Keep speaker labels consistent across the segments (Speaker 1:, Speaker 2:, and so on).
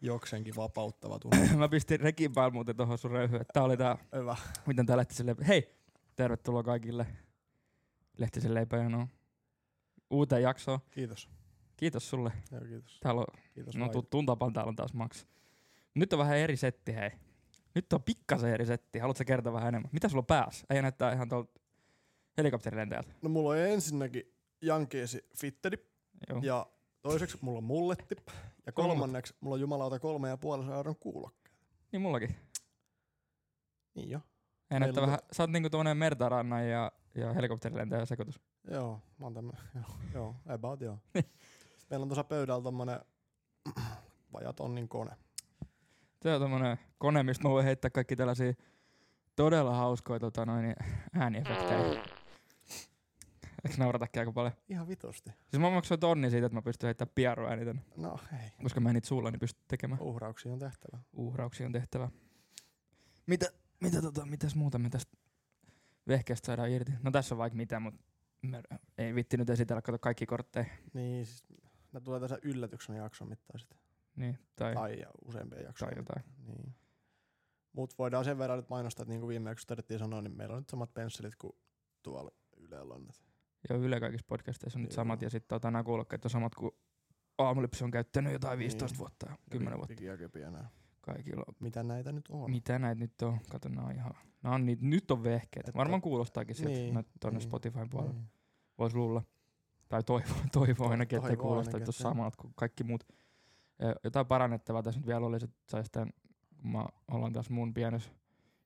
Speaker 1: Jokseenkin vapauttava tunne.
Speaker 2: Mä pistin rekin päällä muuten tohon sun röyhyyn. että Tää oli tää,
Speaker 1: Hyvä.
Speaker 2: miten tää Lehtisen leipä. Hei, tervetuloa kaikille Lehtisen leipäjonoon. no, Uuteen jaksoon.
Speaker 1: Kiitos.
Speaker 2: Kiitos sulle.
Speaker 1: Joo, kiitos.
Speaker 2: Täällä on,
Speaker 1: Kiitos
Speaker 2: no
Speaker 1: no,
Speaker 2: tu- tuntapaan täällä on taas maks. Nyt on vähän eri setti, hei. Nyt on pikkasen eri setti. Haluatko sä kertoa vähän enemmän? Mitä sulla on päässä? Ei näyttää ihan tuolta helikopterilentäjältä.
Speaker 1: no mulla on ensinnäkin jankeesi fitteri
Speaker 2: Joo.
Speaker 1: ja toiseksi mulla on mulletti ja kolmanneksi mulla on jumalauta kolme ja puolen euron kuulokkeet.
Speaker 2: Niin mullakin.
Speaker 1: Niin jo.
Speaker 2: Ei näyttää
Speaker 1: on
Speaker 2: vähän, sä oot niinku tommonen mertarannan ja, ja helikopterilentäjä sekoitus.
Speaker 1: Joo, mä oon tämmönen, joo, joo, about joo. Sitten meillä on tuossa pöydällä tommonen vajaa tonnin kone.
Speaker 2: Se on tommonen kone, mistä mä voin heittää kaikki tällaisia todella hauskoja tota noin, ääniefektejä. Eikö nauratakin aika paljon?
Speaker 1: Ihan vitusti.
Speaker 2: Siis mä maksoin tonni siitä, että mä pystyn heittämään pieruääni tänne.
Speaker 1: No hei,
Speaker 2: Koska mä en niitä suulla, niin pysty tekemään.
Speaker 1: uhrauksia on tehtävä.
Speaker 2: Uhrauksia on tehtävä. Mitä, mitä tota, mitäs muuta me tästä vehkeestä saadaan irti? No tässä on vaikka mitä, mutta ei vitti nyt esitellä, kato kaikki kortteja.
Speaker 1: Niin siis, ne tulee tässä yllätyksenä jakson mittaan sitten.
Speaker 2: Niin, tai,
Speaker 1: Tai ja useampia jaksoja.
Speaker 2: tai jotain.
Speaker 1: Niin. Mut voidaan sen verran nyt mainostaa, että niin kuin viime jaksossa tarvittiin sanoa, niin meillä on nyt samat pensselit kuin tuolla Ylellä on.
Speaker 2: Joo, Yle kaikissa podcasteissa on nyt
Speaker 1: Joo.
Speaker 2: samat ja sitten tota, nämä kuulokkeet on samat kuin aamulypsy on käyttänyt jotain 15
Speaker 1: Niin.
Speaker 2: vuotta ja 10 vuotta
Speaker 1: Digiakepiä nää.
Speaker 2: kaikilla. on-
Speaker 1: Mitä näitä nyt on?
Speaker 2: Mitä näitä nyt on? Kato, nää on ihan... Nää on niitä, nyt on vehkeitä.
Speaker 1: Että-
Speaker 2: Varmaan kuulostaakin sieltä
Speaker 1: Niin,
Speaker 2: niin, tuonne
Speaker 1: niin,
Speaker 2: Spotifyn puolelle.
Speaker 1: Niin.
Speaker 2: Voisi luulla. Tai toivoa, toivoa ainakin, että ei
Speaker 1: toivoa
Speaker 2: kuulosta,
Speaker 1: ainakin,
Speaker 2: että olisi
Speaker 1: että-
Speaker 2: samalta kuin kaikki muut. Ö, Jotain parannettavaa tässä nyt vielä olisi, että saisi tämän, kun mä ollaan tässä mun pienessä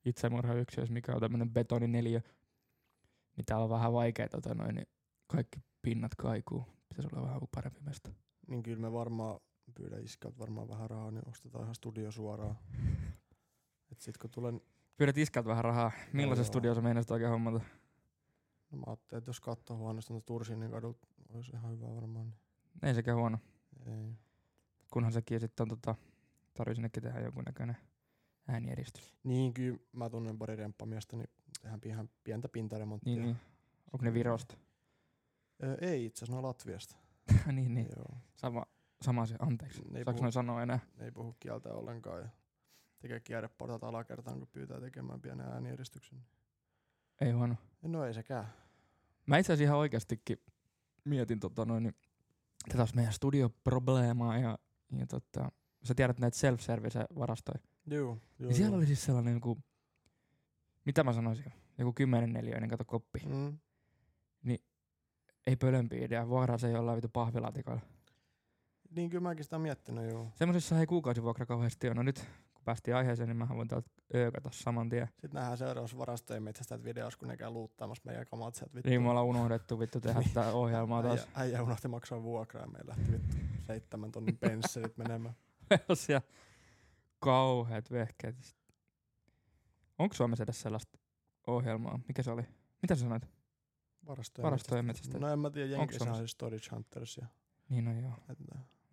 Speaker 2: itsemurhayksiössä, mikä on tämmöinen betonineliö, niin täällä on vähän vaikea, tota noin, niin kaikki pinnat kaikuu. Pitäisi olla vähän parempi mesta.
Speaker 1: niin kyllä me varmaan pyydän iskältä varmaan vähän rahaa, niin ostetaan ihan studio suoraan. Et sit kun tulee, no
Speaker 2: Pyydät iskältä vähän rahaa. Millaisen
Speaker 1: joo. No
Speaker 2: studiossa meinasit oikein hommata?
Speaker 1: mä ajattelin, että jos kattohuoneesta on Tursin, niin kadulta olisi ihan hyvä varmaan.
Speaker 2: Ei sekään huono.
Speaker 1: Niin. Ei.
Speaker 2: Kunhan sekin sitten on tota, tarvii sinnekin tehdä jonkunnäköinen äänieristys.
Speaker 1: Niin kyllä mä tunnen pari remppamiestä, niin tehdään ihan pientä pintaremonttia.
Speaker 2: Niin, niin. Onko ne Virosta?
Speaker 1: Öö, ei itse asiassa, ne on Latviasta.
Speaker 2: niin, niin.
Speaker 1: Joo.
Speaker 2: Sama, sama asia. Anteeksi.
Speaker 1: Ei
Speaker 2: Saanko
Speaker 1: Niin puhu.
Speaker 2: noin sanoa enää?
Speaker 1: Ne ei puhu kieltä ollenkaan ja tekee kierreportat alakertaan, kun pyytää tekemään pienen ääniedistyksen.
Speaker 2: Ei huono.
Speaker 1: No ei sekään.
Speaker 2: Mä itse asiassa ihan oikeastikin mietin tota noin, niin, tätä olisi meidän studioprobleemaa ja, ja tota, sä tiedät näitä self-service varastoja.
Speaker 1: Joo, joo.
Speaker 2: Niin siellä
Speaker 1: joo.
Speaker 2: oli siis sellainen joku, mitä mä sanoisin, joku 10 neliöinen kato koppi.
Speaker 1: Mm.
Speaker 2: Ei pölömpi idea, vuokraa se jollain vitu pahvilaatikolla.
Speaker 1: Niin kyllä mäkin sitä oon miettinyt, joo.
Speaker 2: Semmoisessa ei kuukausivuokra kauheasti ole. No nyt, kun päästiin aiheeseen, niin mä voin täältä öökata saman tien.
Speaker 1: Sitten nähdään seuraavassa varastojen metsästäjät videossa, kun ne käy luuttaamassa meidän kamat sieltä vittu.
Speaker 2: Niin me ollaan unohdettu vittu tehdä tää ohjelmaa taas.
Speaker 1: Äijä, äijä unohti maksaa vuokraa ja meillä Niin. lähti vittu seitsemän tonnin pensselit menemään.
Speaker 2: sellaisia kauheat vehkeet. Onko Suomessa edes sellaista ohjelmaa? Mikä se oli? Mitä sä sanoit?
Speaker 1: Varastojen,
Speaker 2: Varastojen metsästä.
Speaker 1: No en mä tiedä,
Speaker 2: Onks
Speaker 1: Jenkissähän
Speaker 2: Suomessa?
Speaker 1: on siis Storage Hunters ja
Speaker 2: Niin no joo.
Speaker 1: että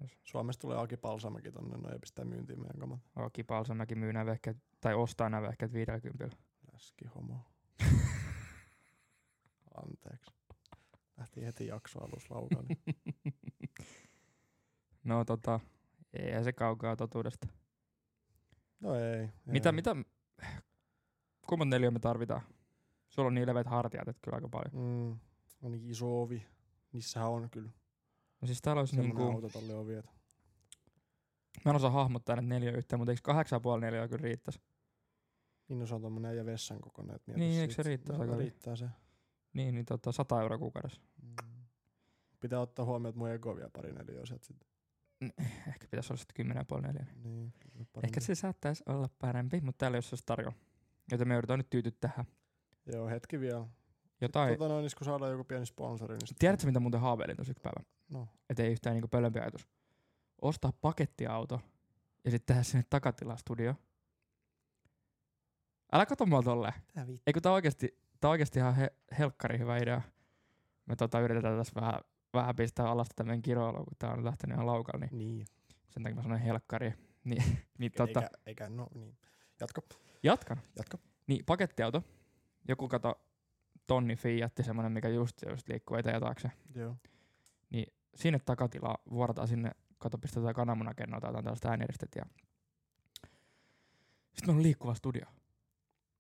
Speaker 2: Jos-
Speaker 1: Suomessa tulee Aki Palsamäki tonne, no ei pistää myyntiin meidän kamat.
Speaker 2: Aki Palsamäki myy nämä vehkeet, tai ostaa nämä vehkeet 50.
Speaker 1: Läski homo. Anteeksi. Lähti heti jaksoalus laukalle.
Speaker 2: No tota, ei se kaukaa totuudesta.
Speaker 1: No ei. ei.
Speaker 2: Mitä, mitä, kummat neljä me tarvitaan? Sulla on niin leveät hartiat, että kyllä aika paljon.
Speaker 1: Mm, ainakin iso ovi. Niissähän on kyllä
Speaker 2: No siis täällä olisi
Speaker 1: semmoinen
Speaker 2: niinku,
Speaker 1: niin autotalli ovi. Että
Speaker 2: mä en osaa hahmottaa näitä neljä yhtään, mutta eikö kahdeksan ja puoli neljää kyllä riittäisi?
Speaker 1: niin no, se on tommonen ja vessan kokoinen. Että mieti
Speaker 2: Niin, eikö
Speaker 1: siitä.
Speaker 2: se riittäisi
Speaker 1: no,
Speaker 2: aika-
Speaker 1: riittää se.
Speaker 2: Niin, niin tota, 100 euroa kuukaudessa.
Speaker 1: Mm. Pitää ottaa huomioon, että mun ego on vielä pari neliöä sieltä sit.
Speaker 2: Ehkä pitäisi olla sitten kymmenen ja puoli neljä.
Speaker 1: Niin, kyllä parempi.
Speaker 2: Ehkä se saattaisi olla parempi, mutta täällä ei ole sellaista tarjolla. Joten me yritetään nyt tyytyä tähän.
Speaker 1: Joo, hetki vielä.
Speaker 2: Jotain. Tota,
Speaker 1: Tota noin, kun saadaan joku pieni sponsori, niin sit-
Speaker 2: Tiedätkö, mitä muuten haaveilin tuossa yksi päivä?
Speaker 1: No.
Speaker 2: Et ei yhtään niinku pölömpi ajatus. Ostaa pakettiauto ja sitten tehdä sinne takatilastudio. Älä kato mua tolleen.
Speaker 1: Tää vittu.
Speaker 2: Eikö tää oikeasti, tää oikeasti ihan he, helkkari hyvä idea. Me tota yritetään tässä vähän, vähän pistää alas tätä meidän kiroilua, kun tää on lähtenyt ihan laukalle, niin
Speaker 1: Niin.
Speaker 2: sen takia mä sanoin helkkari. Niin, niin tota,
Speaker 1: Eikä, eikä, no niin. Jatko,
Speaker 2: jatkan.
Speaker 1: jatko.
Speaker 2: Niin, pakettiauto. Joku kato tonni Fiatti, semmonen, mikä just, just liikkuu eteen ja taakse.
Speaker 1: Joo.
Speaker 2: Sinne takatilaa vuorataan sinne kato, pistetään kananmunakennoa tai jotain tällaista äänieristettä. Ja... Sitten meillä on liikkuva studio.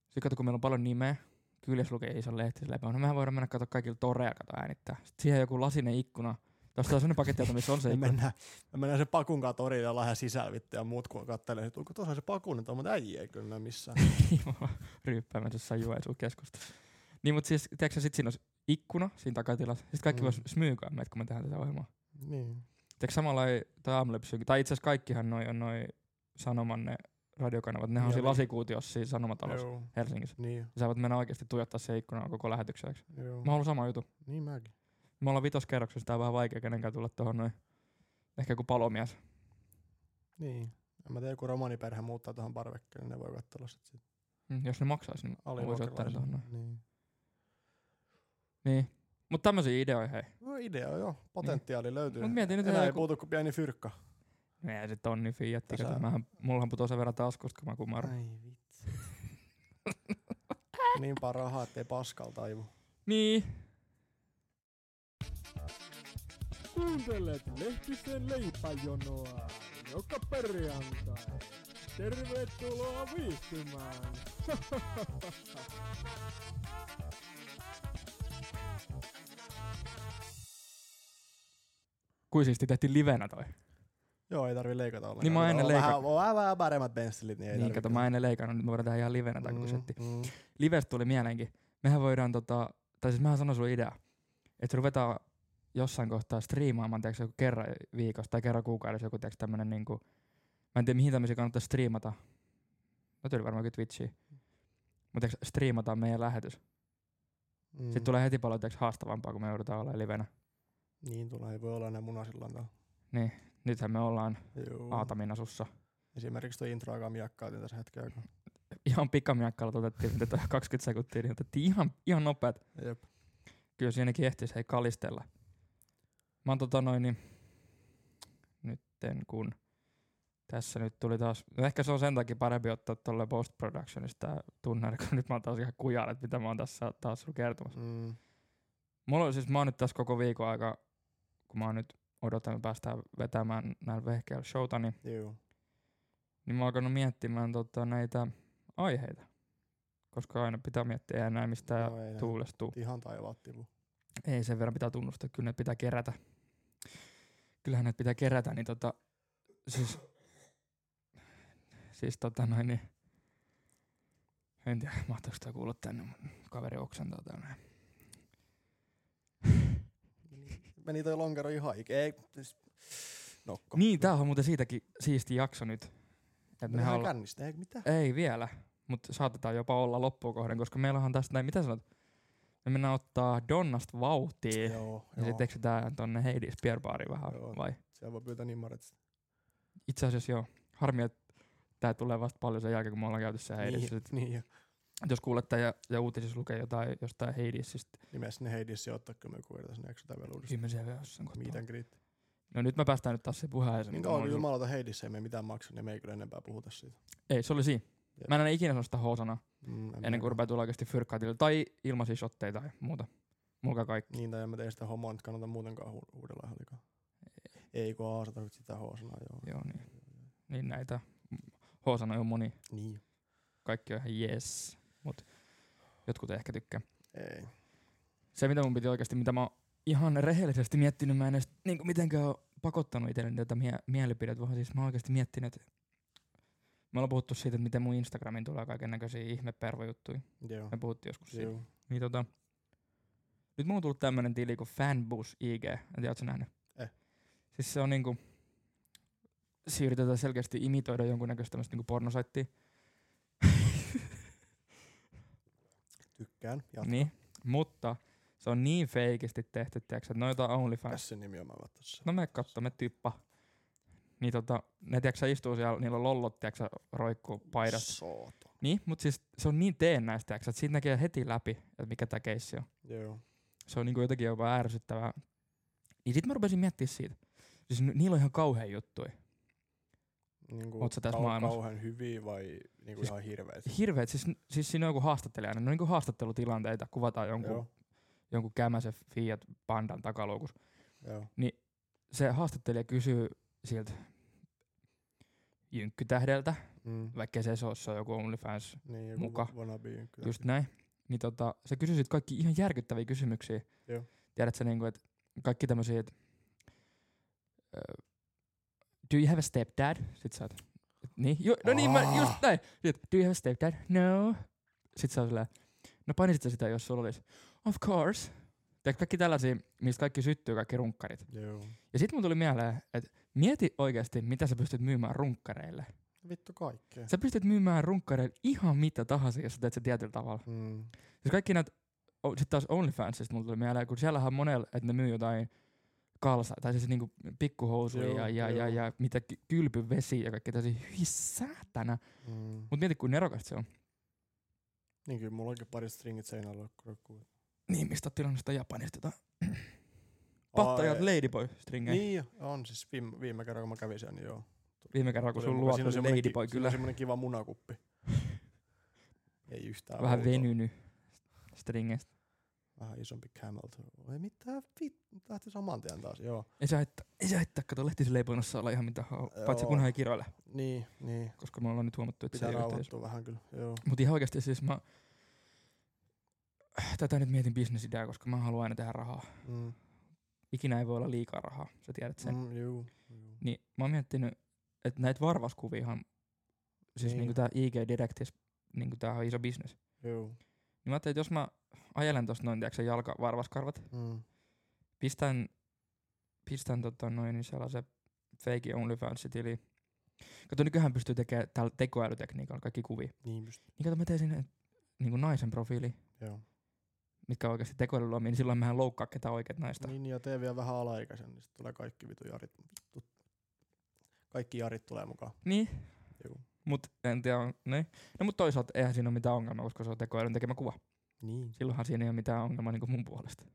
Speaker 2: Sitten kato, kun meillä on paljon nimeä, kyljessä lukee iso lehti, sillä no mehän voidaan mennä kato kaikilla toreja kato äänittää. Sitten siihen joku lasinen ikkuna, Tuosta on sellainen paketti, auto, missä on se
Speaker 1: Me
Speaker 2: ikkuna.
Speaker 1: mennään, me mennään sen pakun kanssa torille ja lähdään sisällä vittu ja muut kun kattelee, että onko tuossa se pakun, että on, mutta äijä ei kyllä näe missään.
Speaker 2: Jumala, ryyppäämässä jossain Joensuun keskustassa. Niin, mutta siis, tiedätkö sitten siinä olisi ikkuna siinä takatilassa. Sitten kaikki
Speaker 1: Mm.
Speaker 2: mm. vois smyykaa meitä, kun me tehdään tätä ohjelmaa.
Speaker 1: niin.
Speaker 2: Tiedätkö samalla ei, tai aamulepsy, tai itse asiassa kaikkihan noi on noi sanoman ne radiokanavat, nehän on
Speaker 1: Joo,
Speaker 2: siinä
Speaker 1: niin.
Speaker 2: lasikuutiossa siinä sanomatalossa
Speaker 1: Joo.
Speaker 2: Helsingissä.
Speaker 1: Niin,
Speaker 2: Ja sä voit mennä oikeasti tuijottaa se ikkuna koko lähetyksen ajaksi.
Speaker 1: joo.
Speaker 2: Mä haluan sama juttu.
Speaker 1: niin mäkin.
Speaker 2: Me ollaan vitoskerroksessa, tää on vähän vaikea kenenkään tulla tuohon noin. Ehkä joku palomies.
Speaker 1: Niin. En mä tiedä, joku romaniperhe muuttaa tuohon parvekkeelle, niin ne voi katsella sit sit
Speaker 2: Mm, Jos ne maksaisi, niin voisi ottaa ne tuohon
Speaker 1: alivuokralaisena.
Speaker 2: noin.
Speaker 1: Niin.
Speaker 2: Niin. Mut tämmösiä ideoja, hei.
Speaker 1: No idea joo, potentiaali löytyy.
Speaker 2: Niin. Mut mietin nyt,
Speaker 1: Enää ei
Speaker 2: joku-
Speaker 1: puutu kuin pieni fyrkka.
Speaker 2: Ei se tonni niin fiat,
Speaker 1: Tässä-
Speaker 2: kato. Mähän, mullahan putoo sen verran taskusta, kun mä kumarran.
Speaker 1: Ai vitsi. niin paljon rahaa, ettei paskal taivu.
Speaker 2: Niin.
Speaker 3: Kuuntelet lehtisen leipäjonoa joka perjantai. Tervetuloa viihtymään!
Speaker 2: Kuin siisti tehtiin livenä toi.
Speaker 1: Joo, ei tarvi leikata ollenkaan.
Speaker 2: Niin mä oon ennen
Speaker 1: On vähän-
Speaker 2: leikannut.
Speaker 1: On vähän, vähän paremmat benssilit, niin ei
Speaker 2: niin,
Speaker 1: tarvi
Speaker 2: kato,
Speaker 1: kyllä.
Speaker 2: mä en leikannut, nyt me voidaan tehdä ihan livenä tai koko setti.
Speaker 1: mm.
Speaker 2: Livestä tuli mielenki. Mehän voidaan tota, tai siis mähän sanoin sulle idea, että ruvetaan jossain kohtaa striimaamaan, tiedätkö, joku kerran viikossa tai kerran kuukaudessa joku, tiedätkö, tämmönen niinku, mä en tiedä mihin tämmöisiä kannattaa striimata. No tyyli varmaankin Twitchiin. Mutta striimataan meidän lähetys. Mm.
Speaker 1: Mm.
Speaker 2: Sitten tulee heti paljon tiedätkö, haastavampaa, kun me joudutaan olemaan livenä.
Speaker 1: Niin tulee, ei voi olla enää munasillaan täällä.
Speaker 2: Nythän me ollaan
Speaker 1: Joo.
Speaker 2: Aatamin asussa.
Speaker 1: Esimerkiksi tuo intro aika miekkaatin tässä hetken aikaa.
Speaker 2: Ihan pikamiakkaalla otettiin, mitä toi 20 sekuntia, niin otettiin ihan, ihan nopeat.
Speaker 1: Jep.
Speaker 2: Kyllä siinäkin ehtisi hei kalistella. Mä oon tota noin, niin nytten kun tässä nyt tuli taas, no ehkä se on sen takia parempi ottaa tuolle post productionista tää tunnari, kun nyt mä oon taas ihan kujalla, että mitä mä oon tässä taas sulla kertomassa.
Speaker 1: Mm.
Speaker 2: Mulla on siis, mä oon nyt tässä koko viikon aika, kun mä oon nyt odotan, että päästään vetämään näillä vehkeillä showta, niin
Speaker 1: Joo.
Speaker 2: niin mä oon alkanut miettimään tota, näitä aiheita. Koska aina pitää miettiä, eihän näin mistään
Speaker 1: No ei näin.
Speaker 2: tuulestuu.
Speaker 1: Ihan taivaat tipu.
Speaker 2: Ei sen verran pitää tunnustaa, kyllä ne pitää kerätä. Kyllähän ne pitää kerätä, niin tota, siis, siis tota noin, niin, en tiedä, mahtaako sitä kuulla tänne, mun kaveri oksentaa täällä. näin.
Speaker 1: Meni toi lonkero ihan ik. Ei. siis- Nokko.
Speaker 2: Niin, tää on muuten siitäkin siisti jakso nyt. Että
Speaker 1: Meni
Speaker 2: mehän
Speaker 1: ihan
Speaker 2: olla,
Speaker 1: kännistä, ei mitä?
Speaker 2: ei vielä, mutta saatetaan jopa olla loppuun kohden, koska meillä on tästä näin, mitä sanot? Me mennään ottaa Donnasta vauhtia.
Speaker 1: Joo,
Speaker 2: Ja
Speaker 1: joo.
Speaker 2: sitten eksytään tonne Heidis Beer Bariin vähän,
Speaker 1: Joo.
Speaker 2: vai?
Speaker 1: Siellä voi pyytää niin nimmarit.
Speaker 2: Itse asiassa joo. Harmi, että tää tulee vasta paljon sen jälkeen, kun me ollaan käyty siellä Heidissä.
Speaker 1: Niin,
Speaker 2: Niin.
Speaker 1: niin, jo.
Speaker 2: Jos kuulette ja, ja uutisissa lukee jotain jostain Heidisistä,
Speaker 1: Nimessä ne heidissä ottaa, kun me kuvitaan sinne eksytään vielä uudestaan.
Speaker 2: ihmisiä vielä jossain kohtaa.
Speaker 1: Miten kriitti?
Speaker 2: No nyt me päästään nyt taas se puheeseen.
Speaker 1: Niin
Speaker 2: mitä
Speaker 1: kauan
Speaker 2: mä
Speaker 1: kun
Speaker 2: olin-
Speaker 1: jumalauta heidissä ei me mitään maksa, niin me ei kyllä enempää puhuta siitä.
Speaker 2: Ei, se oli siinä.
Speaker 1: Jep.
Speaker 2: Mä en enää ikinä sano sitä H-sanaa,
Speaker 1: Mm, en
Speaker 2: ennen kuin
Speaker 1: mäkään.
Speaker 2: rupeaa tulla oikeasti fyrkkaatille. Tai ilmaisia shotteja tai muuta. Mulka kaikki.
Speaker 1: Niin, tai en mä tee sitä homoa nyt kannata muutenkaan hu- uudella halikaan. Ei kun aasa tarvitse sitä hoosanaa, joo.
Speaker 2: Joo, niin. Niin näitä H-sanoja on moni.
Speaker 1: Niin.
Speaker 2: Kaikki on ihan jees. Mut jotkut ei ehkä tykkää.
Speaker 1: Ei.
Speaker 2: se mitä mun piti oikeasti, mitä mä oon ihan rehellisesti miettinyt, mä en edes niin mitenkään ole pakottanut itselleni tätä mie- mielipidettä, vaan siis mä oon oikeasti miettinyt, että me ollaan puhuttu siitä, että miten mun Instagramiin tulee kaiken näköisiä ihmepervojuttuja.
Speaker 1: Joo.
Speaker 2: Me puhuttiin joskus siitä.
Speaker 1: Joo.
Speaker 2: Niin tota, nyt mulla on tullut tämmönen tili kuin Fanbus IG. En tiedä, ootko sä nähnyt?
Speaker 1: Eh.
Speaker 2: Siis se on niinku, se yritetään selkeästi imitoida jonkunnäköistä tämmöistä niinku pornosaittia.
Speaker 1: Tykkään. Jatka.
Speaker 2: Niin, mutta se on niin feikisti tehty, tiiäks, että noita OnlyFans
Speaker 1: Tässä nimi on mä vaan tässä.
Speaker 2: No me katso, me tyyppa. Niin tota, ne tiiäksä istuu siellä, niillä on lollot tiiäksä roikkuu paidassa.
Speaker 1: Sooto.
Speaker 2: Niin, mut siis se on niin teennäistä tiiäksä, että siitä näkee heti läpi, että mikä tää keissi on.
Speaker 1: Joo.
Speaker 2: Se on niinku jotenkin jopa ärsyttävää. Ja sit mä rupesin miettiä siitä. Siis ni- niillä on ihan kauhea juttui.
Speaker 1: Niin kuin
Speaker 2: Oot sä tässä maailmassa?
Speaker 1: Kauhean hyviä vai niin kuin
Speaker 2: Siis-
Speaker 1: ihan hirveet?
Speaker 2: Hirveet, siis, siis siinä on joku haastattelija, ne on niinku haastattelutilanteita, kuvataan jonkun,
Speaker 1: Joo.
Speaker 2: jonkun kämäsen Fiat Pandan takaluukus.
Speaker 1: Joo.
Speaker 2: se haastattelija kysyy siltä jynkkytähdeltä,
Speaker 1: Mm.
Speaker 2: vaikka se se olisi joku OnlyFans,
Speaker 1: Niin, joku
Speaker 2: Muka.
Speaker 1: Muka. wannabe kyllä.
Speaker 2: just näin, niin tota, se kysyi sit kaikki ihan järkyttäviä kysymyksiä.
Speaker 1: Joo.
Speaker 2: Tiedätkö niinku, että kaikki tämmöisiä, että do you have a stepdad? Sit sä oot, et niin, jo, no niin, mä, just
Speaker 1: Ah.
Speaker 2: näin. Sit, do you have a stepdad? No. Sit sä oot silleen, no painisit sä sitä, jos sulla olisi. Of course. Tiedätkö, kaikki tällaisia, mistä kaikki syttyy, kaikki runkkarit.
Speaker 1: Joo.
Speaker 2: Ja sit mun tuli mieleen, että mieti oikeasti, mitä sä pystyt myymään runkkareille.
Speaker 1: Vittu kaikkea.
Speaker 2: Sä pystyt myymään runkkareille ihan mitä tahansa, jos sä teet sen tietyllä tavalla.
Speaker 1: Mm.
Speaker 2: Siis kaikki näitä, sitten taas OnlyFansista mulla tuli mieleen, kun siellähän on monella, että ne myy jotain kalsa, tai siis niinku pikkuhousuja
Speaker 1: Joo,
Speaker 2: ja, ja, ja,
Speaker 1: joo.
Speaker 2: ja, mitä ky- kylpyvesiä ja kaikkea tällaisia. Hyi säätänä.
Speaker 1: Mm.
Speaker 2: Mut mieti, kuin nerokasta se on.
Speaker 1: Niin kyllä mulla onkin pari stringit seinällä. kun roikkuu.
Speaker 2: Niin, mistä oot tilannut sitä Japanista jotain?
Speaker 1: Ai,
Speaker 2: Pattajat Ladyboy stringejä. Niin.
Speaker 1: Niin jo, on siis viime, viime kerran kun mä kävin siellä, niin joo.
Speaker 2: Viime kerralla, kun sun luot oli
Speaker 1: semmonen ki- siinä
Speaker 2: Ladyboy,
Speaker 1: on
Speaker 2: kyllä
Speaker 1: semmonen kiva munakuppi. Ei yhtään
Speaker 2: vähän
Speaker 1: outoa.
Speaker 2: venynyt stringeistä.
Speaker 1: Vähän isompi camel toe. Ei mitään vittu, lähti saman tien taas, joo.
Speaker 2: Ei sä haittaa, ei sä haittaa, kato lehtisleipoinnassa olla ihan mitä haluaa, paitsi
Speaker 1: Joo.
Speaker 2: kunhan ei kiroile,
Speaker 1: Niin, niin.
Speaker 2: koska me ollaan nyt huomattu, että se
Speaker 1: Pitää
Speaker 2: ei ole yhteis-
Speaker 1: rauhoittua vähän kyllä, joo.
Speaker 2: Mutta ihan oikeasti siis mä... Tätä nyt mietin bisnesideaa, koska mä haluan aina tehdä rahaa.
Speaker 1: Mm,
Speaker 2: Ikinä ei voi olla liikaa rahaa, sä tiedät sen. Mm.
Speaker 1: mm, juu, juu.
Speaker 2: Niin mä oon miettinyt, että näitä varvaskuviahan, siis
Speaker 1: Niin.
Speaker 2: niinku tää IG Directis, niinku tää on iso bisnes.
Speaker 1: Juu,
Speaker 2: Niin mä ajattelin, että jos mä ajelen tosta noin, tiedätkö jalka varvaskarvat,
Speaker 1: mm,
Speaker 2: pistän, pistän tota noin niin sellaisen fake OnlyFans-tili. Kato, nykyään pystyy tekemään tällä tekoälytekniikalla kaikki kuvia.
Speaker 1: niin pystyy,
Speaker 2: Niin kato, mä teen sinne niinku naisen profiili,
Speaker 1: joo.
Speaker 2: mitkä oikeasti tekoälyllä on, niin silloin mehän loukkaa ketään oikeat naista.
Speaker 1: Niin, ja tee vielä vähän alaikäisen, niin sit tulee kaikki vitu jarit. Vittu. Kaikki jarit tulee mukaan.
Speaker 2: Niin.
Speaker 1: Juu.
Speaker 2: Mut en tiedä, on- niin. No mut toisaalta eihän siinä ole mitään ongelmaa, koska se on tekoälyn tekemä kuva.
Speaker 1: Niin.
Speaker 2: Silloinhan siinä ei ole mitään ongelmaa niinku mun puolesta.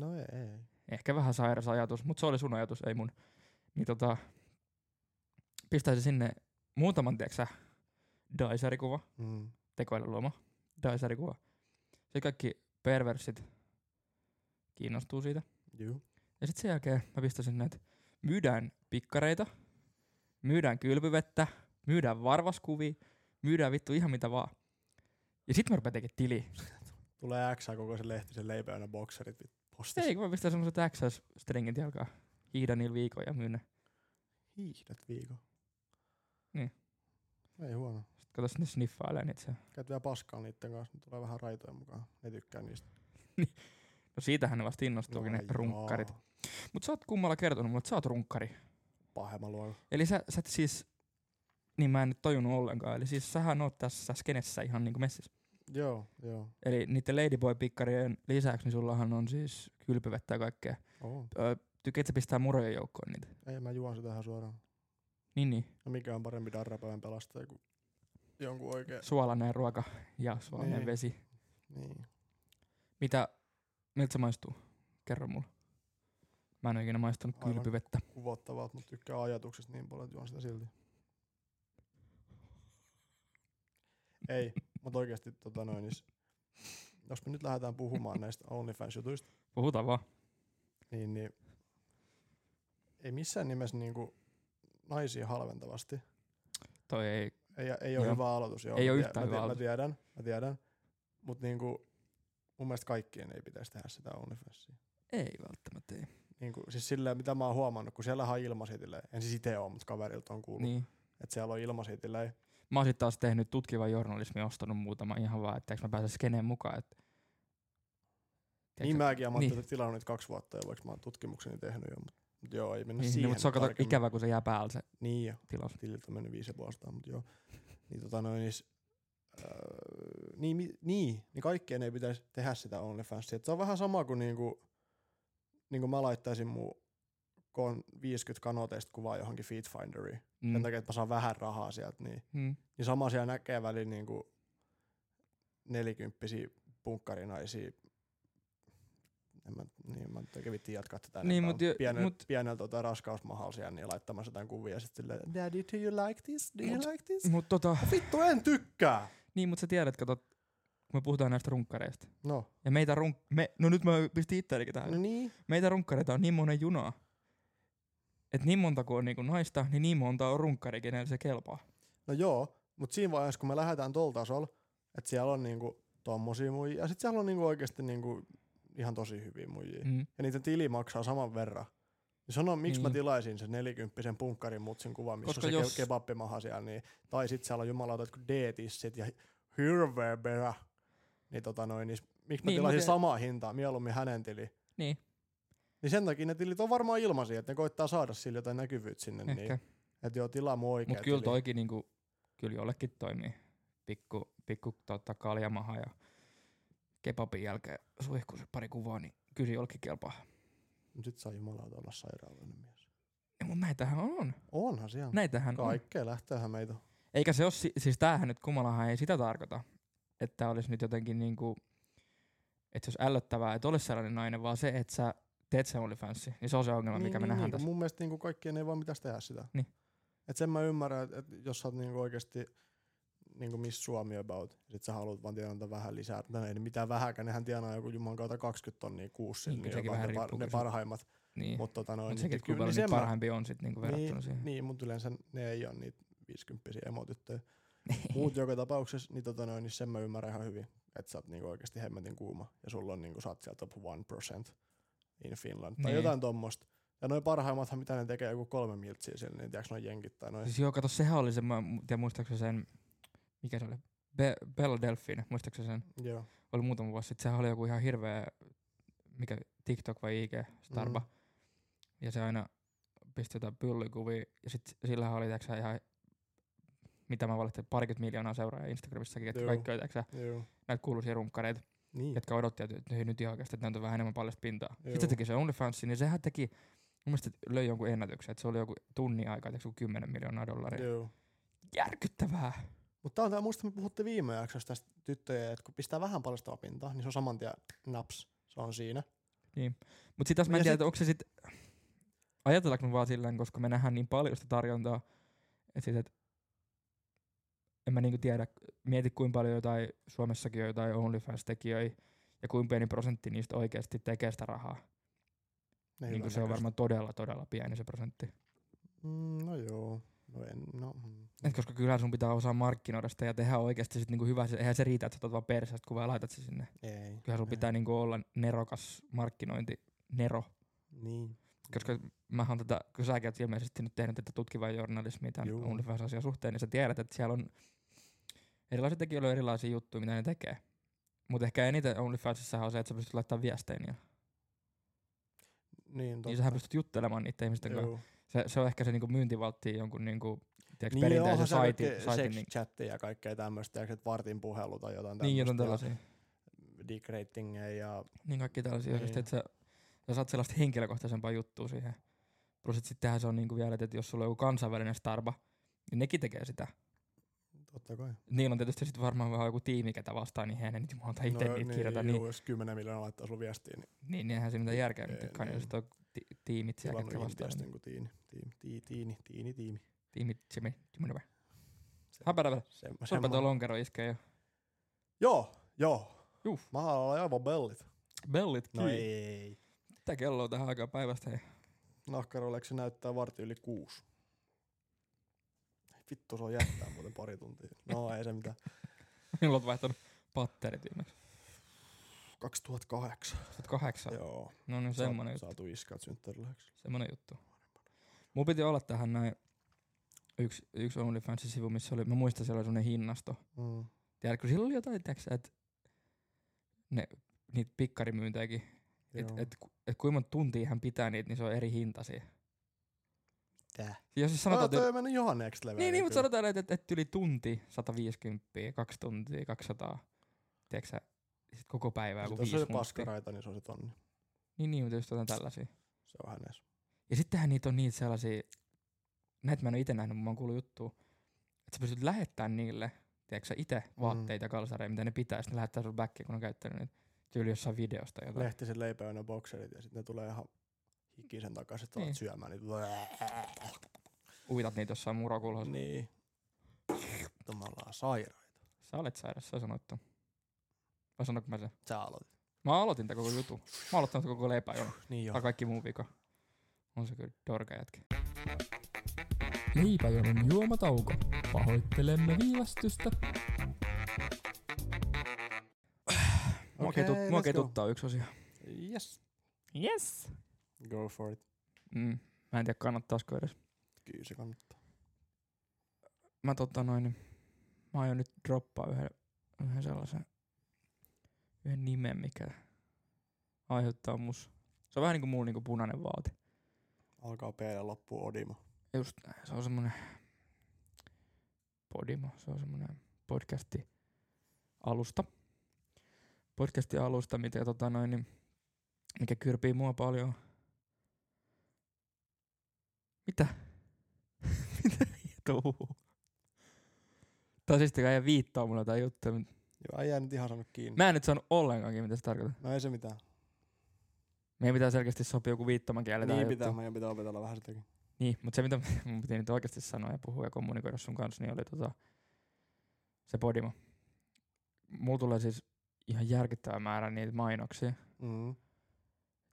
Speaker 1: No ei, ei.
Speaker 2: Ehkä vähän sairas ajatus, mut se oli sun ajatus, ei mun. Niin tota, pistäisi sinne muutaman, tiedäksä, Dicer-kuva,
Speaker 1: Mm.
Speaker 2: tekoälyn luoma Dicer-kuva. Se kaikki perversit kiinnostuu siitä.
Speaker 1: Juu.
Speaker 2: Ja sitten sen jälkeen mä pistäisin näitä, myydään pikkareita, myydään kylpyvettä, myydään varvaskuvia, myydään vittu ihan mitä vaan. Ja sitten mä rupean tekemään tili.
Speaker 1: Tulee X koko se lehtisen leipäönä bokserit vittu postissa.
Speaker 2: Ei, kun mä pistän semmoset XS-stringit jalkaan. Hiihdän niillä viikolla ja myyn ne.
Speaker 1: Hiihdät viikon. No
Speaker 2: Niin.
Speaker 1: Ei huono.
Speaker 2: Sitten kato sinne sniffailee niitä se.
Speaker 1: Käyt vielä paskaa niitten kanssa, niin tulee vähän raitoja mukaan. Ne tykkää niistä.
Speaker 2: No siitähän ne vasta innostuukin ne
Speaker 1: Ai
Speaker 2: runkkarit.
Speaker 1: jaa.
Speaker 2: Mut sä oot kummalla kertonut mulle, että sä oot runkkari.
Speaker 1: Pahemman luokan.
Speaker 2: Eli sä, sä et siis, niin mä en nyt tajunnut ollenkaan. Eli siis sähän oot tässä skenessä ihan niinku messis.
Speaker 1: Joo, joo.
Speaker 2: Eli niiden Ladyboy-pikkarien lisäksi, niin sullahan on siis kylpyvettä ja kaikkea.
Speaker 1: Oo.
Speaker 2: Öö, tykkäätkö sä pistää murojen joukkoon niitä?
Speaker 1: Ei, mä juon sitä tähän suoraan.
Speaker 2: Niin, niin.
Speaker 1: No mikä on parempi darrapäivän pelastaja kuin jonkun oikein.
Speaker 2: Suolainen ruoka ja suolainen
Speaker 1: Niin.
Speaker 2: vesi.
Speaker 1: Niin.
Speaker 2: Mitä, miltä se maistuu? Kerro mulle. Mä en ole ikinä maistanut
Speaker 1: Aivan.
Speaker 2: kylpyvettä.
Speaker 1: Kuvottavaa, mutta tykkää ajatuksesta niin paljon, että juon sitä silti. Ei, mutta oikeasti tota noin, niin s- jos me nyt lähdetään puhumaan näistä OnlyFans-jutuista,
Speaker 2: Puhutaan vaan.
Speaker 1: niin, niin ei missään nimessä niinku naisia halventavasti.
Speaker 2: Toi ei.
Speaker 1: Ei, ei ole
Speaker 2: Joo.
Speaker 1: hyvä aloitus. Joo,
Speaker 2: Ei
Speaker 1: mä
Speaker 2: oo
Speaker 1: tie-
Speaker 2: yhtään
Speaker 1: mä,
Speaker 2: hyvä
Speaker 1: tie- mä
Speaker 2: aloitus.
Speaker 1: tiedän, mä tiedän. Mutta niinku, mun mielestä kaikkien ei pitäisi tehdä sitä OnlyFansia.
Speaker 2: Ei välttämättä ei.
Speaker 1: Niinku, siis silleen, mitä mä oon huomannut, kun siellä on ilmaisia tilejä. En siis itse oo, mutta kaverilta on kuullut, niin.
Speaker 2: Niin.
Speaker 1: että siellä on ilmaisia tilejä.
Speaker 2: Mä oon sit taas tehnyt tutkivan journalismin, ostanut muutama ihan vaan, että eikö mä pääse skeneen mukaan. Että...
Speaker 1: Niin mäkin, ja mä oon
Speaker 2: niin.
Speaker 1: tätä tilannut nyt kaksi vuotta, ja vaikka mä oon tutkimukseni tehnyt jo, mutta mut joo, ei mennä
Speaker 2: Niin,
Speaker 1: siihen.
Speaker 2: niin, mutta se on kato
Speaker 1: tarkemmin.
Speaker 2: ikävä, kun se jää päällä se
Speaker 1: Niin, jo.
Speaker 2: tilaus.
Speaker 1: tililtä on mennyt viisi ja puolestaan, mutta joo. Niin, tota noin, niin, s- öö, niin, mi- niin, niin kaikkien ei pitäisi tehdä sitä OnlyFansia. Et se on vähän sama kuin niinku, niinku mä laittaisin mun kon 50 kanoteista kuvaa johonkin Feedfinderiin. Mm.
Speaker 2: Mm.
Speaker 1: Sen takia, että mä saan vähän rahaa sieltä. Niin,
Speaker 2: Mm.
Speaker 1: niin sama siellä näkee väliin niinku nelikymppisiä punkkarinaisia en mä, niin, mä nyt oikein vitti jatkaa tätä
Speaker 2: Niin,
Speaker 1: enempää,
Speaker 2: mut jo-
Speaker 1: pienellä,
Speaker 2: mut-
Speaker 1: pienellä tota, raskausmahalla siellä niin laittamassa jotain kuvia ja sit silleen, Daddy, do you like this? Do you
Speaker 2: Mut-
Speaker 1: like this?
Speaker 2: Mut tota,
Speaker 1: Vittu, en tykkää!
Speaker 2: niin, mut sä tiedät, kato, kun me puhutaan näistä runkkareista.
Speaker 1: No,
Speaker 2: Ja meitä runk... Me... No nyt mä pistin itseänikin tähän.
Speaker 1: no niin.
Speaker 2: Meitä runkkareita on niin monen junaa, että niin monta kuin on niinku naista, niin niin monta on runkkari, kenelle se kelpaa.
Speaker 1: No joo, mutta siinä vaiheessa, kun me lähdetään tuolla tasolla, että siellä on niinku tommosia muijia, ja sitten siellä on niinku oikeasti niinku ihan tosi hyviä muijia. Mm.
Speaker 2: Mm.
Speaker 1: Ja niiden tili maksaa saman verran. Niin sano, miksi niin. mä
Speaker 2: Niin.
Speaker 1: tilaisin sen nelikymppisen punkkarin mutsin kuvan, missä
Speaker 2: Koska
Speaker 1: Koska on se jos...
Speaker 2: jos-
Speaker 1: kebappimaha siellä, niin, tai sitten siellä on jumalauta, että D-tissit ja hirveä perä. Niin tota noin, niin miksi mä niin,
Speaker 2: Niin,
Speaker 1: tilaisin
Speaker 2: miten-
Speaker 1: samaa hintaa mieluummin hänen tili?
Speaker 2: Niin,
Speaker 1: Niin sen takia ne tilit on varmaan ilmaisia, että ne koittaa saada sille jotain näkyvyyttä sinne.
Speaker 2: Ehkä.
Speaker 1: Niin, että joo, tilaa mun oikea
Speaker 2: Mut kyllä
Speaker 1: tili.
Speaker 2: toikin niinku, kyllä jollekin toimii. Pikku, pikku tota, kaljamaha ja kebabin jälkeen suihku se pari kuvaa, niin kyllä se jollekin kelpaa.
Speaker 1: Mut sit saa jumalauta olla sairaalainen mies.
Speaker 2: Ja mun näitähän on.
Speaker 1: Onhan siellä.
Speaker 2: Näitähän on.
Speaker 1: Kaikkea lähteehän meitä.
Speaker 2: Eikä se ole, siis tämähän nyt kumalahan ei sitä tarkoita, että olisi nyt jotenkin niinku, että se olisi ällöttävää, että olisi sellainen nainen, vaan se, että sä teet sen OnlyFansi, niin se on se ongelma, mikä me nähdään
Speaker 1: niin, kun
Speaker 2: tässä.
Speaker 1: Mun mielestä niin kaikkien ei vaan pitäisi tehdä sitä.
Speaker 2: Niin.
Speaker 1: Et sen mä ymmärrän, että et jos sä oot niin oikeasti niin Miss Suomi about, sit sä haluat vaan tienata vähän lisää. No ei ne mitään vähäkään, nehän tienaa joku juman kautta 20 tonnia kuussa. Niin,
Speaker 2: Niin, kyllä
Speaker 1: niin
Speaker 2: sekin
Speaker 1: on
Speaker 2: vähän
Speaker 1: ne, par-
Speaker 2: riippuu,
Speaker 1: ne
Speaker 2: kyllä se-
Speaker 1: parhaimmat.
Speaker 2: Niin. Mutta
Speaker 1: Mutta tota noin,
Speaker 2: mut sekin, että kuinka paljon
Speaker 1: sen
Speaker 2: niitä
Speaker 1: mä-
Speaker 2: parhaimpi on sit niinku verrattuna
Speaker 1: niin,
Speaker 2: siihen.
Speaker 1: Niin, mutta yleensä ne ei ole niitä 50 emotyttöjä. niin, Muut joka tapauksessa, niin, tota noin, niin sen mä ymmärrän ihan hyvin, että sä oot niinku oikeasti hemmetin kuuma ja sulla on niinku, sä oot siellä top 1% in Finland tai
Speaker 2: Niin.
Speaker 1: jotain tommosta. Ja noin parhaimmathan, mitä ne tekee, joku kolme miltsiä siellä, niin tiedätkö noin jenkit tai noin.
Speaker 2: Siis joo, kato, sehän oli se, mä en tiedä muistaakseni sen, mikä se oli, Be- Bella Delphine, muistaakseni sen,
Speaker 1: Joo.
Speaker 2: oli muutama vuosi sitten, sehän oli joku ihan hirveä, mikä TikTok vai IG, Starba,
Speaker 1: Mhm.
Speaker 2: ja se aina pisti jotain pyllikuvia, ja sit sillä oli tiiäksä, ihan, mitä mä valitsin, parikymmentä miljoonaa seuraajaa Instagramissakin, että
Speaker 1: Joo.
Speaker 2: kaikki oli tiiäksä,
Speaker 1: Joo.
Speaker 2: näitä kuuluisia runkkareita,
Speaker 1: Niin.
Speaker 2: jotka odotti, että että hei nyt ihan oikeasti, että näitä on vähän enemmän paljasta pintaa. Sitten
Speaker 1: Joo.
Speaker 2: se teki se OnlyFansin, niin sehän teki, mun mielestä löi jonkun ennätyksen, että se oli joku tunnin aikaa, tiiäksä, joku 10 miljoonaa dollaria.
Speaker 1: Joo.
Speaker 2: Järkyttävää!
Speaker 1: Mutta tää on tää, muista me puhuttiin viime jaksossa tästä tyttöjä, että kun pistää vähän paljastavaa pintaa, niin se on saman tien naps. Se on siinä.
Speaker 2: Mutta sitten taas
Speaker 1: No
Speaker 2: mä
Speaker 1: ja
Speaker 2: en tiedä,
Speaker 1: sit-
Speaker 2: sit... onko se sitten, ajatellaanko me vaan sillä tavalla, koska me nähdään niin paljon sitä tarjontaa, että sit, et, en mä niinku tiedä, mieti kuinka paljon jotain, Suomessakin on jotain OnlyFans-tekijöitä, ja kuinka pieni prosentti niistä oikeasti tekee sitä rahaa.
Speaker 1: Ne
Speaker 2: Niin se on
Speaker 1: hyvännäköistä.
Speaker 2: varmaan todella, todella pieni se prosentti.
Speaker 1: Mm, no joo. No en, no. mm.
Speaker 2: Et koska kyllä sun pitää osaa markkinoida sitä ja tehdä oikeasti sit niinku hyvä, se, eihän se riitä, että sä otat vaan perseestä kuvaa ja laitat se sinne.
Speaker 1: Ei.
Speaker 2: Kyllä sun
Speaker 1: ei.
Speaker 2: pitää niinku olla nerokas markkinointi, nero.
Speaker 1: Niin.
Speaker 2: koska mä oon tätä, kun säkin oot ilmeisesti nyt tehnyt tätä tutkivaa journalismia tämän
Speaker 1: Juu.
Speaker 2: OnlyFans-asian suhteen, niin sä tiedät, että siellä on erilaisia tekijöillä on erilaisia juttuja, mitä ne tekee. Mutta ehkä eniten OnlyFansissa on se, että sä pystyt laittamaan viestejä niillä.
Speaker 1: Niin,
Speaker 2: Niin sähän pystyt juttelemaan niiden ihmisten kanssa.
Speaker 1: Joo.
Speaker 2: Se, se, on ehkä se niinku myyntivaltti jonkun niinku, tiedätkö,
Speaker 1: Niin onhan
Speaker 2: perinteisen
Speaker 1: se
Speaker 2: saitin.
Speaker 1: kaikkea
Speaker 2: saitin niin,
Speaker 1: sex-chattia ja kaikkea tämmöistä, ja sit vartin puhelu tai jotain
Speaker 2: niin jotain
Speaker 1: tämmöstä,
Speaker 2: tällaisia.
Speaker 1: ja dick ratingeja ja
Speaker 2: Niin kaikki tällaisia
Speaker 1: Niin.
Speaker 2: oikeasti, että sä, sä saat sellaista henkilökohtaisempaa juttua siihen. Plus, että sittenhän se on niinku vielä, että jos sulla on joku kansainvälinen starba, niin nekin tekee sitä.
Speaker 1: totta kai.
Speaker 2: Niillä on tietysti sitten varmaan vähän joku tiimi, ketä vastaa, niin heidän nyt jumalta itse no, niitä niin, kirjoita, niin,
Speaker 1: juu, jos 10 miljoonaa laittaa sulla viestiin, niin
Speaker 2: niin, niin eihän se mitään järkeä
Speaker 1: Ei,
Speaker 2: mitenkään,
Speaker 1: niin.
Speaker 2: jos on ti- tiimit siellä,
Speaker 1: tilannut
Speaker 2: ketkä vastaa.
Speaker 1: Intiasta
Speaker 2: Niin.
Speaker 1: joku tiini, tiini, tiini, tiini, tiini, tiimi.
Speaker 2: Tiimit, Jimmy, Jimmy, Jimmy. Häpärävä,
Speaker 1: Sem,
Speaker 2: surpa
Speaker 1: semmo-
Speaker 2: tuo lonkero iskee jo.
Speaker 1: Joo, joo.
Speaker 2: Juh.
Speaker 1: Mä haluan aivan bellit.
Speaker 2: Bellit
Speaker 1: No
Speaker 2: kiinni.
Speaker 1: ei.
Speaker 2: Mitä kello on tähän aikaan päivästä? hei?
Speaker 1: Nahkaroleksi näyttää varti yli kuusi. Vittu, se on jättää muuten pari tuntia. No ei se mitään.
Speaker 2: Milloin oot vaihtanut patterit viimeksi?
Speaker 1: 2008.
Speaker 2: Olet kahdeksan.
Speaker 1: Joo.
Speaker 2: No niin,
Speaker 1: Saat-
Speaker 2: semmonen juttu.
Speaker 1: Saatu iskat synttärilahjaksi.
Speaker 2: Semmonen juttu. Mun piti olla tähän näin yksi, yksi OnlyFans-sivu, missä oli, mä muistan siellä oli semmonen hinnasto.
Speaker 1: Mm.
Speaker 2: Tiedätkö, sillä oli jotain, tiedätkö, että ne, niitä pikkarimyyntejäkin, Et,
Speaker 1: Joo.
Speaker 2: et, ku- et kuinka monta tuntia hän pitää niitä, niin se on eri hinta siihen.
Speaker 1: Tää.
Speaker 2: Jos siis
Speaker 1: Sanotaan,
Speaker 2: sanotaan,
Speaker 1: toi
Speaker 2: että,
Speaker 1: ei mennyt ihan next level.
Speaker 2: niin, niin, mutta sanotaan, että, että, että yli tunti 150, kaksi tuntia, 200, tiedätkö sä, sit koko päivää joku
Speaker 1: Jos
Speaker 2: viisi
Speaker 1: se on
Speaker 2: tuntia.
Speaker 1: paskaraita, niin se on se tonni.
Speaker 2: Niin, niin, mutta just jotain tällaisia.
Speaker 1: Se on hänes.
Speaker 2: Ja sittenhän niitä on niitä sellaisia, näitä mä en ole itse nähnyt, mutta mä oon kuullut juttua, että sä pystyt lähettämään niille, tiedätkö sä, itse vaatteita, mm. kalsareja, mitä ne pitää, ja sitten ne lähettää sun backiin, kun ne on käyttänyt niitä tyyli jossain videosta tai jotain.
Speaker 1: Lehtiset leipäyönä bokserit ja sitten ne tulee ihan hikisen takaisin, että niin.
Speaker 2: Niin.
Speaker 1: syömään niitä.
Speaker 2: Uitat niitä jossain murokulhossa.
Speaker 1: Niin. Tomalla sairaita.
Speaker 2: Sä olet sairas, sä sanoit ton. Vai sanoinko mä sen?
Speaker 1: Sä aloitit.
Speaker 2: Mä aloitin tän koko jutun. Mä aloitin tän koko leipää jo.
Speaker 1: Niin
Speaker 2: Tää
Speaker 1: joo.
Speaker 2: on kaikki mun vika. On se kyllä dorka jätkä.
Speaker 3: Leipäjonon juomatauko. Pahoittelemme viivästystä.
Speaker 2: Mua,
Speaker 1: Okei,
Speaker 2: ketut, mua
Speaker 1: let's go.
Speaker 2: ketuttaa yksi asia.
Speaker 1: Yes.
Speaker 2: Yes.
Speaker 1: Go for it.
Speaker 2: Mm. Mä en tiedä kannattaisiko edes.
Speaker 1: Kyllä se kannattaa.
Speaker 2: Mä tota noin, niin mä aion nyt droppaa yhden, yhden sellaisen yhden nimen, mikä aiheuttaa mus. Se on vähän niinku mulla niinku punainen vaate.
Speaker 1: Alkaa peilä loppuu Odimo.
Speaker 2: Just näin. Se on semmonen Podimo, se on semmonen podcasti alusta. Podcasti alusta, mitä tota noin, niin, mikä kyrpii mua paljon. Mitä? Mitä hituu? Tää on siis tää ei viittaa mulle tää juttu. mut
Speaker 1: Joo, äijä ei nyt ihan saanut kiinni.
Speaker 2: Mä en nyt saanut ollenkaan, mitä se tarkoittaa.
Speaker 1: No ei se mitään.
Speaker 2: Meidän pitää selkeästi sopia joku viittomakieli
Speaker 1: niin
Speaker 2: tää
Speaker 1: pitää,
Speaker 2: juttu.
Speaker 1: meidän pitää opetella vähän sitäkin.
Speaker 2: Niin, mutta se mitä mun piti nyt oikeasti sanoa ja puhua ja kommunikoida sun kanssa, niin oli tota, se Podimo. Mulla tulee siis ihan järkittävä määrä niitä mainoksia.
Speaker 1: Mm.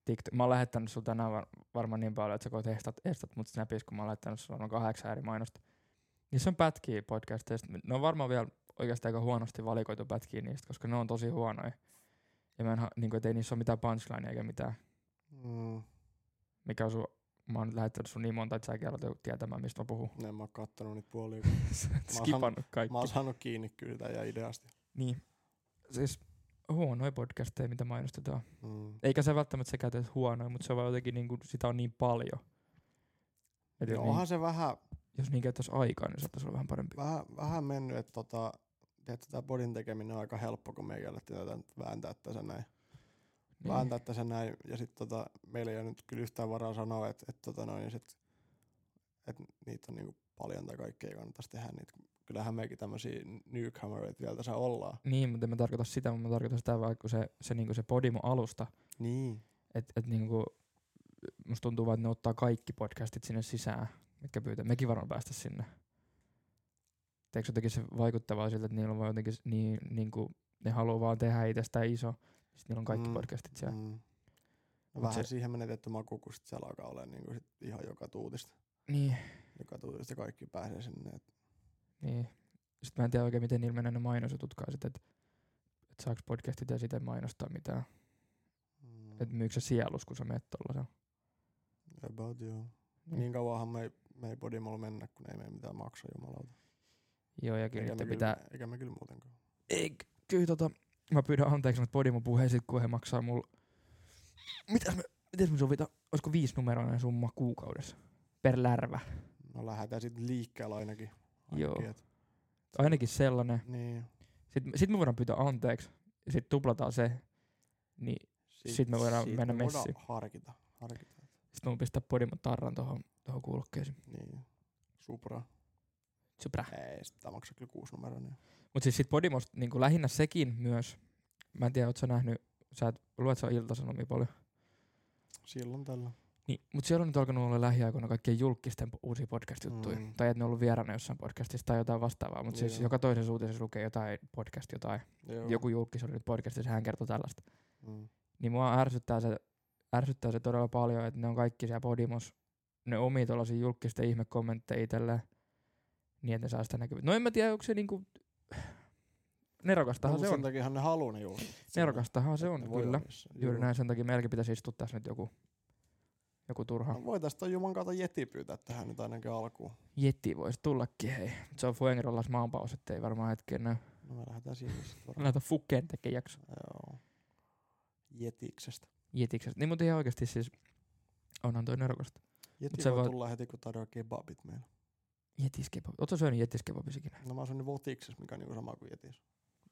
Speaker 2: TikTok. Mä oon lähettänyt sulle tänään var- varmaan niin paljon, että sä koet estat, estat mut Snapissa, kun mä oon lähettänyt sulle varmaan kahdeksan eri mainosta. Niissä on pätkiä podcasteista. Ne on varmaan vielä oikeastaan aika huonosti valikoitu pätkiä niistä, koska ne on tosi huonoja. Ja mä en, niin kuin, ei niissä ole mitään punchlineja eikä mitään,
Speaker 1: Mm.
Speaker 2: mikä on sun, mä oon nyt lähettänyt sun niin monta, että säkin alat jo tietämään, mistä mä puhun.
Speaker 1: No En mä oo kattonut niitä puolia.
Speaker 2: Sä oot
Speaker 1: Mä oon
Speaker 2: skipannut kaikki.
Speaker 1: Mä oon saanut kiinni kyllä tää ja ideasti.
Speaker 2: Niin. Siis huonoja podcasteja, mitä mainostetaan.
Speaker 1: Mm.
Speaker 2: Eikä se välttämättä sekään teet huonoja, mutta se on vaan jotenkin niin kuin, sitä on niin paljon. Et jos,
Speaker 1: No,
Speaker 2: niin,
Speaker 1: onhan se vähän,
Speaker 2: jos niin käyttäisi aikaa, niin saattaisi olla vähän parempi.
Speaker 1: vähän, vähän mennyt, että tota, että tämä bodin tekeminen on aika helppo, kun meikä alettiin tätä nyt vääntää tässä näin.
Speaker 2: Niin.
Speaker 1: Vääntää tässä näin. Ja sitten tota, meillä ei ole nyt kyllä yhtään varaa sanoa, että et, tota noin, sit, et niitä on niinku paljon tai kaikkea ei kannattaisi tehdä. Niitä. Kyllähän mekin tämmöisiä newcomereita vielä tässä ollaan.
Speaker 2: Niin, mutta en mä tarkoita sitä, mutta mä tarkoitan sitä vaan, kun se, se, niin se Podimo-alusta,
Speaker 1: Niin.
Speaker 2: että et, niin kuin, musta tuntuu vaan, että ne ottaa kaikki podcastit sinne sisään, mitkä pyytää. Mekin varmaan päästä sinne. Eikö jotenkin se vaikuttavaa siltä, että niillä on vaan jotenkin s- niin, niin kuin, ne haluaa vaan tehdä itsestään iso. Sitten niillä on kaikki
Speaker 1: Mm.
Speaker 2: mm. podcastit siellä.
Speaker 1: Mm. No
Speaker 2: Mut
Speaker 1: Vähän
Speaker 2: se-
Speaker 1: siihen menetetty maku, kun sit siellä alkaa olla niinku sit ihan joka tuutista.
Speaker 2: Niin,
Speaker 1: Joka tuutista kaikki pääsee sinne. Et
Speaker 2: niin. Sitten mä en tiedä oikein, miten niillä menee ne mainosjututkaan sitten, että et saako podcastit ja sitten mainostaa mitään.
Speaker 1: Mm.
Speaker 2: Että myykö se sielus, kun sä menet tollasella.
Speaker 1: About you.
Speaker 2: Niin.
Speaker 1: Niin kauanhan me ei, me ei podimolla mennä, kun ei meidän mitään maksaa jumalauta.
Speaker 2: Joo, ja kyllä
Speaker 1: Eikä me,
Speaker 2: niiden
Speaker 1: kyllä,
Speaker 2: pitää,
Speaker 1: eikä me kyllä muutenkaan.
Speaker 2: Ei, kyllä tota, mä pyydän anteeksi noita Podimon puheisit, kun he maksaa mulla. Mitäs me, mitäs me sovitaan? Olisiko viisi numeroinen summa kuukaudessa? Per lärvä.
Speaker 1: No lähdetään sitten liikkeelle ainakin.
Speaker 2: Joo.
Speaker 1: ainakin et,
Speaker 2: Ainakin sellainen.
Speaker 1: niin.
Speaker 2: Sitten sit me voidaan pyytää anteeksi. Sitten tuplataan se. Niin Sit me voidaan mennä
Speaker 1: me voidaan
Speaker 2: messiin.
Speaker 1: harkita. harkita.
Speaker 2: sit mä voin pistää Podimon tarran tohon, tohon kuulokkeeseen.
Speaker 1: Niin. Supra.
Speaker 2: Supra.
Speaker 1: Ei, sit tää maksaa kyllä kuusi numeroa. Niin.
Speaker 2: Mut siis sit Podimosta niin lähinnä sekin myös. Mä en tiedä, oot sä nähnyt, sä et, luet sä iltasanomia paljon.
Speaker 1: Silloin tällä.
Speaker 2: Niin, mutta siellä on nyt alkanut olla lähiaikoina kaikkien julkisten po- uusia podcast-juttuja.
Speaker 1: Mm.
Speaker 2: Mm. Tai että ne on ollut vieraana jossain podcastissa tai jotain vastaavaa. Mutta siis
Speaker 1: Joo.
Speaker 2: joka toisessa uutisessa lukee jotain podcast jotain.
Speaker 1: Joo.
Speaker 2: Joku julkis oli nyt podcastissa ja hän kertoo tällaista.
Speaker 1: Mm.
Speaker 2: Niin mua ärsyttää se, ärsyttää se todella paljon, että ne on kaikki siellä Podimos. Ne omii tuollaisia julkisten ihmekommentteja itselleen. Niin, että ne saa sitä näkyvyyttä. No en mä tiedä, onko se niinku...
Speaker 1: No,
Speaker 2: Nerokastahan
Speaker 1: mut
Speaker 2: se
Speaker 1: No, sen
Speaker 2: on.
Speaker 1: takiahan ne haluu ne julkiset.
Speaker 2: Nerokastahan se
Speaker 1: Että
Speaker 2: on,
Speaker 1: ne voi
Speaker 2: kyllä.
Speaker 1: olla niissä.
Speaker 2: Juuri
Speaker 1: Joo.
Speaker 2: näin, sen takia meilläkin pitäisi istua tässä nyt joku, joku turha.
Speaker 1: No, voitais toi Juman kautta jeti pyytää tähän nyt ainakin alkuun.
Speaker 2: Jeti voisi tullakin, hei. Mut se on Fuengirolas maanpaus, ettei varmaan hetken näy.
Speaker 1: No me lähdetään sinne sit varmaan.
Speaker 2: Näitä Fuken tekee jakso
Speaker 1: Joo. Jetiksestä.
Speaker 2: Jetiksestä. Niin mutta ihan oikeasti siis onhan toi nerokasta.
Speaker 1: Jeti
Speaker 2: se
Speaker 1: voi
Speaker 2: voi-
Speaker 1: tulla heti, kun tarjoaa kebabit meillä.
Speaker 2: Jetiskebabi. Oletko syönyt jetiskebabis ikinä?
Speaker 1: No mä asun votiksessa, mikä on niinku sama kuin jetis.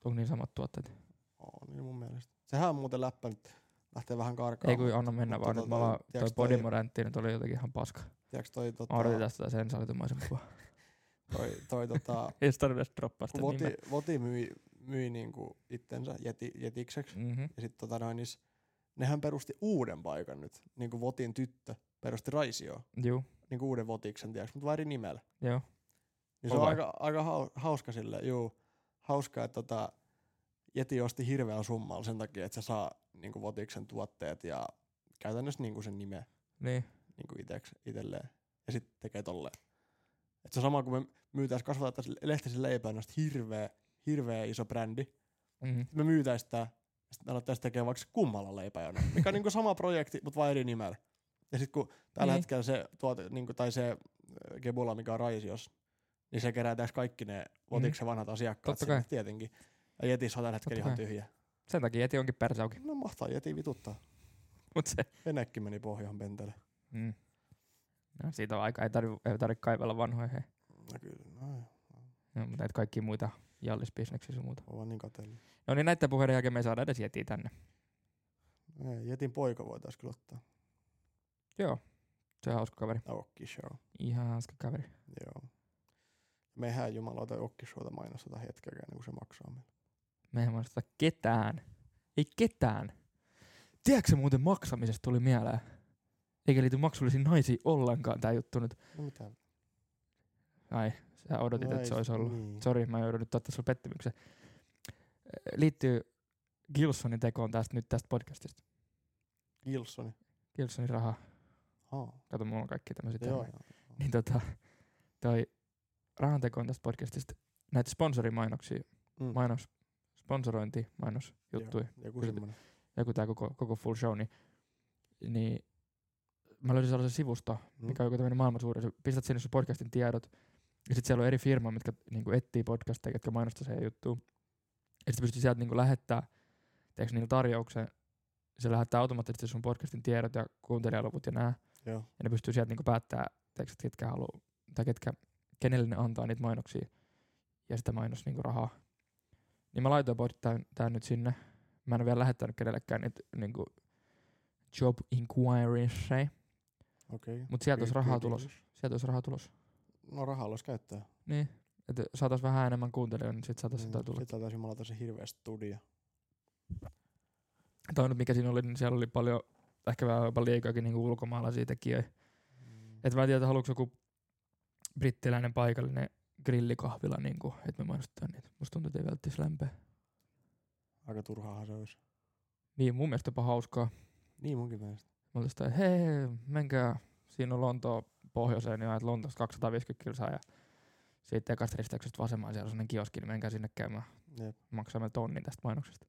Speaker 2: Onko niin samat tuotteet?
Speaker 1: Oo, niin mun mielestä. Sehän on muuten läppä nyt. Lähtee vähän karkaan.
Speaker 2: Ei kun anna mennä
Speaker 1: mutta
Speaker 2: vaan,
Speaker 1: tota
Speaker 2: nyt mä vaan
Speaker 1: toi-
Speaker 2: toi
Speaker 1: tiiäks toi-
Speaker 2: podimorantti nyt oli jotenkin ihan paska.
Speaker 1: Tiedätkö toi, tota,
Speaker 2: Mä odotin tästä tätä sensaalitumaisemmin kuvaa.
Speaker 1: toi, toi tota,
Speaker 2: Ei sitä tarvitse droppaa sitä
Speaker 1: voti,
Speaker 2: nimeä.
Speaker 1: voti myi, myi niinku itsensä jeti, jetikseksi.
Speaker 2: Mhm.
Speaker 1: Ja sit tota noin, niin s- nehän perusti uuden paikan nyt. Niinku votin tyttö perusti Raisioon.
Speaker 2: Juu,
Speaker 1: Niinku uuden votiksen, tiedätkö, mutta vaan eri nimellä.
Speaker 2: joo.
Speaker 1: Niin se on
Speaker 2: Vai?
Speaker 1: aika, aika hau- hauska sille, juu. Hauska, että tota, Jeti osti hirveän summalla sen takia, että se saa niinku Votiksen tuotteet ja käytännössä niinku sen nimen.
Speaker 2: Niin.
Speaker 1: niinku iteks, itelleen. Ja sitten tekee tolleen. Et se on sama kuin me myytäis, kasvatettaisiin lehtisen leipää, noista hirveä, hirveä iso brändi.
Speaker 2: Mm.
Speaker 1: Sitten me myytäis tää, ja sitten me alettaisiin tekemään vaikka kummalla leipäjona, mikä on niinku sama projekti, mutta vaan eri nimellä. Ja sitten kun tällä
Speaker 2: Niin.
Speaker 1: hetkellä se, tuote, niinku, tai se ö, Gebula, mikä on Raisios, niin se kerätäis kaikki ne Votiksen vanhat asiakkaat
Speaker 2: Mm. Totta
Speaker 1: sinne,
Speaker 2: kai.
Speaker 1: tietenkin. Ja Jetis on tällä hetkellä
Speaker 2: Totta
Speaker 1: ihan tyhjä.
Speaker 2: Sen takia jäti onkin persauki.
Speaker 1: No mahtaa Jeti vituttaa.
Speaker 2: Mut se.
Speaker 1: Venäkki meni pohjaan pentele.
Speaker 2: Mm. No, siitä on aika. Ei tarvitse tarvi kaivella vanhoja. Hei.
Speaker 1: No kyllä, no,
Speaker 2: No, mutta näitä kaikki muita jallisbisneksiä sun muuta.
Speaker 1: on vaan niin kateellinen.
Speaker 2: No niin näiden puheiden jälkeen me ei saada edes jätiä tänne.
Speaker 1: Ei, Jetin poika voitais kyllä ottaa.
Speaker 2: Joo. Se on hauska kaveri.
Speaker 1: Aokki show.
Speaker 2: Ihan hauska kaveri.
Speaker 1: Joo. Mehän jumalauta Okki showta mainosteta hetkeäkään, niin kun se maksaa meille.
Speaker 2: Me ei mainosta ketään. Ei ketään. Tiedätkö sä muuten maksamisesta tuli mieleen? Eikä liity maksullisiin naisiin ollenkaan tää juttu nyt.
Speaker 1: No mitä?
Speaker 2: Ai, sä odotit, että se
Speaker 1: Nais-
Speaker 2: olisi ollut.
Speaker 1: Niin.
Speaker 2: Sori, mä joudun nyt ottaa sulle pettymyksen. Ö, Liittyy Gilsonin tekoon tästä nyt tästä podcastista.
Speaker 1: Gilsoni.
Speaker 2: Gilsonin raha.
Speaker 1: Haa.
Speaker 2: Kato, mulla on kaikki tämmöiset.
Speaker 1: Joo, joo.
Speaker 2: Niin tota, toi rahan tekoon tästä podcastista näitä sponsorimainoksia,
Speaker 1: Mm.
Speaker 2: mainos, sponsorointi, mainosjuttuja,
Speaker 1: Joo, Joku
Speaker 2: Kyllä.
Speaker 1: semmonen.
Speaker 2: joku tää koko, koko full show, niin, niin mä löysin sellaisen sivusto,
Speaker 1: Mm.
Speaker 2: mikä on joku tämmöinen maailman suuri. Sä pistät sinne sun podcastin tiedot, ja sitten siellä on eri firma, mitkä niinku etsii podcasteja, jotka mainostaa siihen juttuun. Ja sitten pystyy sieltä niinku lähettää, teekö niillä tarjouksen, se lähettää automaattisesti sun podcastin tiedot ja kuuntelijaluvut ja nää.
Speaker 1: Joo.
Speaker 2: Ja ne pystyy sieltä niinku päättää, teekö, että ketkä haluaa, tai ketkä, kenelle ne antaa niitä mainoksia ja sitä mainos niinku rahaa. Niin mä laitoin pod- tän, tän nyt sinne. Mä en ole vielä lähettänyt kenellekään niitä niinku job inquiries,
Speaker 1: Okei.
Speaker 2: mutta sieltä olisi
Speaker 1: Good-
Speaker 2: rahaa
Speaker 1: good
Speaker 2: tulos.
Speaker 1: English.
Speaker 2: Sieltä olisi rahaa tulos.
Speaker 1: No rahaa olisi käyttää.
Speaker 2: Niin, että saatais vähän enemmän kuuntelijoita, niin sit saatais
Speaker 1: Niin.
Speaker 2: jotain tulla.
Speaker 1: Sitten taisi jumalauta se hirveä studio.
Speaker 2: Toi nyt mikä siinä oli, niin siellä oli paljon, ehkä vähän jopa liikaakin niinku ulkomaalaisia tekijöitä. Et mä en tiedä, että haluuks joku brittiläinen paikallinen grillikahvila, niinku, että me mainostetaan niitä. Musta tuntuu, että ei välttis lämpää.
Speaker 1: Aika turhaahan se olisi.
Speaker 2: Niin, mun mielestä jopa hauskaa.
Speaker 1: Niin munkin mielestä.
Speaker 2: Mä olin sitä, että hei, hei, menkää, siinä on Lontoa pohjoiseen, niin ajat Lontoosta 250 kilsaa ja siitä ekasta risteyksestä vasemmaan siellä on sellainen kioski, niin menkää sinne käymään.
Speaker 1: Jep.
Speaker 2: Maksamme tonnin tästä mainoksesta.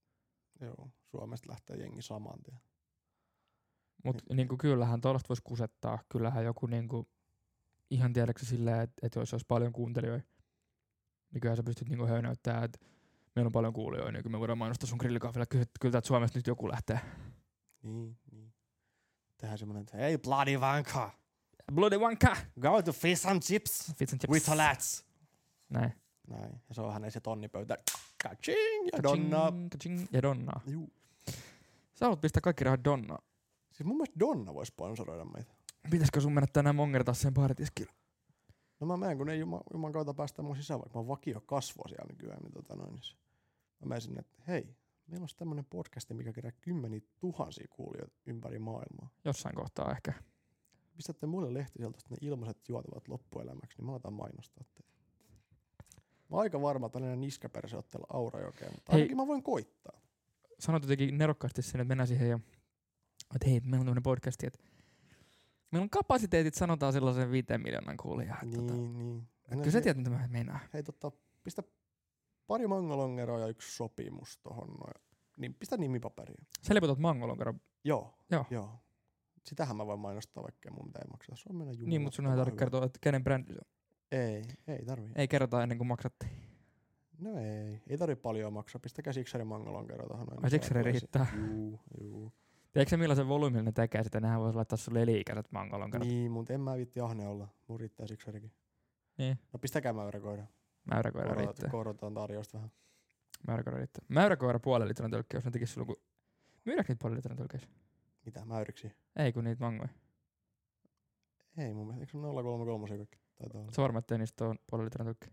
Speaker 1: Joo. Suomesta lähtee jengi saman tien.
Speaker 2: Mutta
Speaker 1: Niin.
Speaker 2: niinku, kyllähän tuollaista voisi kusettaa. Kyllähän joku niinku, ihan tiedäksä silleen, että et jos olisi paljon kuuntelijoita, niin kyllähän sä pystyt niinku, höynäyttämään, että meillä on paljon kuulijoita, niin kyllä me voidaan mainostaa sun grillikahvilla. Kyllä, kyllä täältä Suomesta nyt joku lähtee.
Speaker 1: Niin, niin. Tehdään semmonen, että hei bloody vanka,
Speaker 2: Bloody wanka!
Speaker 1: go to fish and chips
Speaker 2: Fits and chips.
Speaker 1: with the lads.
Speaker 2: Näin.
Speaker 1: Näin. Ja se on hänen se tonnipöytä. Kaching ja Donna.
Speaker 2: Ka-ching, ka-ching, Ja donnaa.
Speaker 1: Juu.
Speaker 2: Sä haluat pistää kaikki rahat donnaa.
Speaker 1: Siis mun mielestä Donna voi sponsoroida meitä.
Speaker 2: Pitäisikö sun mennä tänään mongertaa sen baaritiskillä?
Speaker 1: No mä menen, kun ei juman, juman kautta päästä mun sisään, vaikka mä oon vakio kasvoa siellä nykyään, niin tota noin. niin se- Mä menen sinne, että hei, meillä on tämmönen podcasti, mikä kerää kymmeniä tuhansia kuulijoita ympäri maailmaa.
Speaker 2: Jossain kohtaa ehkä.
Speaker 1: Pistätte muille lehtiseltä ne ilmaiset juotavat loppuelämäksi, niin mä aletaan mainostaa teitä. Mä oon aika varma, että tällainen niskaperse otteella Aurajokeen, mutta
Speaker 2: Hei.
Speaker 1: ainakin mä voin koittaa.
Speaker 2: sanoit jotenkin nerokkaasti sen, että mennään siihen ja että hei, meillä on tämmöinen podcasti, että meillä on kapasiteetit sanotaan sellaisen viiteen miljoonan kuulijaan. Niin. Tota,
Speaker 1: Niin, niin. Mennään
Speaker 2: kyllä sä
Speaker 1: siihen-
Speaker 2: tiedät, mitä mä meinaan.
Speaker 1: hei tota, pistä pari mangolongeroa ja yksi sopimus tohon noin. Niin, pistä nimipaperiin.
Speaker 2: Sä liputat mangolon kerran.
Speaker 1: Joo.
Speaker 2: Joo.
Speaker 1: Joo. Sitähän mä voin mainostaa, vaikka mun mitä ei makseta. Se on meidän jumala.
Speaker 2: Niin, mutta sun ei tarvitse kertoa, että kenen brändi se on.
Speaker 1: Ei, ei tarvii. Ei.
Speaker 2: Ei kerrota ennen kuin maksattiin.
Speaker 1: No ei, ei tarvi paljon maksaa. Pistäkää siksari mangolongeroa tohon noin.
Speaker 2: Ai siksari
Speaker 1: Saat-
Speaker 2: riittää.
Speaker 1: Juu, juu.
Speaker 2: Tiedätkö sä, millaisen volyymin ne tekee sitä? Nehän voisi laittaa sulle liikäiset mangolon kerrat. Niin.
Speaker 1: Niin, mutta en mä vitti ahne olla. Mun riittää siksarikin.
Speaker 2: Niin.
Speaker 1: No pistäkää mäyräkoira.
Speaker 2: Mäyräkoira riittää.
Speaker 1: Korotetaan, korotetaan tarjousta vähän.
Speaker 2: Mäyräkoira riittää. Mäyräkoira puolen litran tölkki, jos ne tekis sulle kun... Myydäänkö niitä puolen litran tölkkejä?
Speaker 1: Mitä, mäyriksi?
Speaker 2: Ei kun niitä mangoja.
Speaker 1: Ei mun mielestä, eikö se ole 033 kaikki? Taitaa olla.
Speaker 2: Sä varma, ettei niistä on puolen litran tölkki.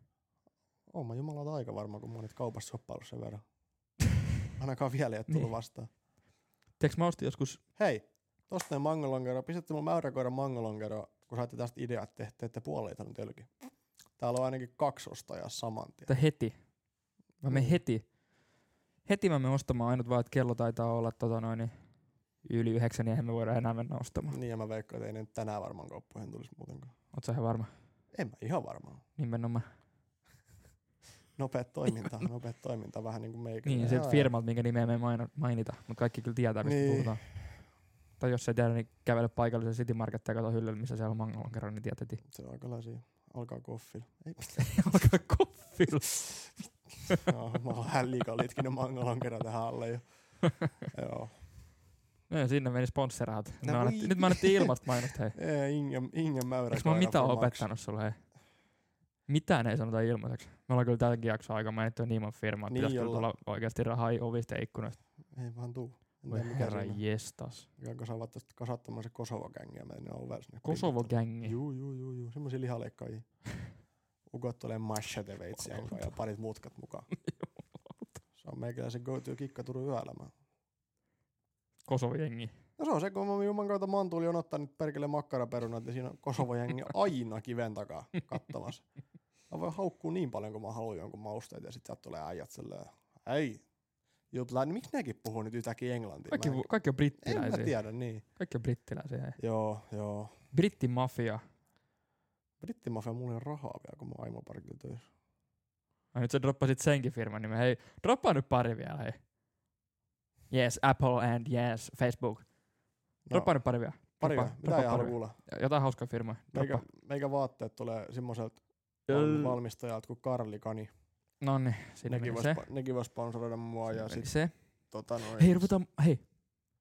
Speaker 1: Oon mä jumalauta aika varma, kun mä oon niitä kaupassa shoppailu sen verran. Ainakaan vielä ei ole tullut
Speaker 2: Niin.
Speaker 1: vastaan.
Speaker 2: Tiedätkö mä ostin joskus...
Speaker 1: Hei, tosta ne mangolonkeroa. Pistätte mulle mäyräkoiran mangolonkeroa, kun saatte tästä ideaa, että te teette puolitran tölki. Täällä on ainakin kaksi ostajaa saman tien.
Speaker 2: Että heti. Mä menen
Speaker 1: Mm.
Speaker 2: heti. Heti mä menen ostamaan ainut vaan, että kello taitaa olla tota noin, niin yli yhdeksän, niin eihän me voida enää mennä ostamaan.
Speaker 1: Niin ja mä veikkaan, että ei ne nyt tänään varmaan kauppoihin tulisi muutenkaan.
Speaker 2: Oot sä ihan varma?
Speaker 1: En mä ihan varmaan.
Speaker 2: Nimenomaan.
Speaker 1: Nopea toiminta, nopea toiminta vähän niin kuin meikä.
Speaker 2: Niin, sieltä firmalta, minkä nimeä me ei maino- mainita, mutta kaikki kyllä tietää, mistä
Speaker 1: Niin.
Speaker 2: niin. puhutaan. Tai jos ei tiedä, niin kävele paikalliseen City Market ja kato hyllylle, missä siellä on mangalon kerran, niin tiedät heti.
Speaker 1: Se on aika laisia. Alkaa koffilla. Ei mitään.
Speaker 2: Alkaa koffilla.
Speaker 1: Joo, mä oon vähän liikaa litkinyt mangalon kerran tähän alle jo. Joo.
Speaker 2: No, ja sinne meni sponssirahat.
Speaker 1: No
Speaker 2: No, me annettiin,
Speaker 1: voi.
Speaker 2: nyt mä annettiin ilmasta mainosta, hei.
Speaker 1: Ei, Ingen, Ingen mäyrä.
Speaker 2: Eikö mä oon
Speaker 1: koira
Speaker 2: mitään
Speaker 1: for max.
Speaker 2: opettanut sulle, hei? Mitään ei sanota ilmaiseksi. Me ollaan kyllä tälläkin jakson aika mainittu niin monta firmaa, että
Speaker 1: Niin
Speaker 2: pitäisi kyllä
Speaker 1: ollaan.
Speaker 2: tulla oikeasti rahaa ovista ja ikkunoista.
Speaker 1: Ei vaan tuu. En
Speaker 2: Voi
Speaker 1: tiedä mikä
Speaker 2: herra
Speaker 1: herra
Speaker 2: jestas.
Speaker 1: Mikä kasaavat tästä kasattamaan se Kosovo-gängiä. Mä en ole sinne.
Speaker 2: Kosovo-gängi.
Speaker 1: Juu, juu, juu, juu. Semmoisia lihaleikkaajia. Ukot tulee mashate veitsiä mukaan ja parit mutkat mukaan. Se on meikäläisen go to kikka Turun yöelämään.
Speaker 2: Kosovo-jengi.
Speaker 1: No se on se, kun mä juman kautta mantuuli on ottanut perkele makkaraperunat ja siinä on Kosovo-jengi aina kiven takaa kattomassa. Mä voin haukkuu niin paljon, kun mä haluan jonkun mausteet ja sit sieltä tulee äijät silleen, ei, jutla, niin miksi nekin puhuu nyt yhtäkkiä englantia?
Speaker 2: Kaikki,
Speaker 1: Mä en-
Speaker 2: vu- kaikki on
Speaker 1: en mä
Speaker 2: brittiläisiä.
Speaker 1: tiedä, niin.
Speaker 2: Kaikki on brittiläisiä, hei.
Speaker 1: Joo, joo.
Speaker 2: Brittimafia.
Speaker 1: Brittimafia mulla ei ole rahaa vielä, kun mä oon aimoparkilla töissä.
Speaker 2: Ai nyt sä droppasit senkin firman nimen. Hei, droppaa nyt pari vielä, hei. Yes, Apple and yes, Facebook. Droppaa nyt pari vielä.
Speaker 1: No, pari,
Speaker 2: droppaa-
Speaker 1: mitä ei
Speaker 2: droppaa
Speaker 1: halua
Speaker 2: pari.
Speaker 1: kuulla.
Speaker 2: Jotain hauskaa firmaa.
Speaker 1: Meikä,
Speaker 2: Droppa.
Speaker 1: meikä vaatteet tulee semmoiselta
Speaker 2: Öl.
Speaker 1: valmistajalta kuin Karlikani.
Speaker 2: Nonni, sinne
Speaker 1: Nekin
Speaker 2: meni
Speaker 1: vois,
Speaker 2: se.
Speaker 1: pa- nekin vois sponsoroida mua
Speaker 2: Sinne
Speaker 1: ja
Speaker 2: meni
Speaker 1: sit
Speaker 2: se.
Speaker 1: tota noin.
Speaker 2: Hei, ruvetaan, hei,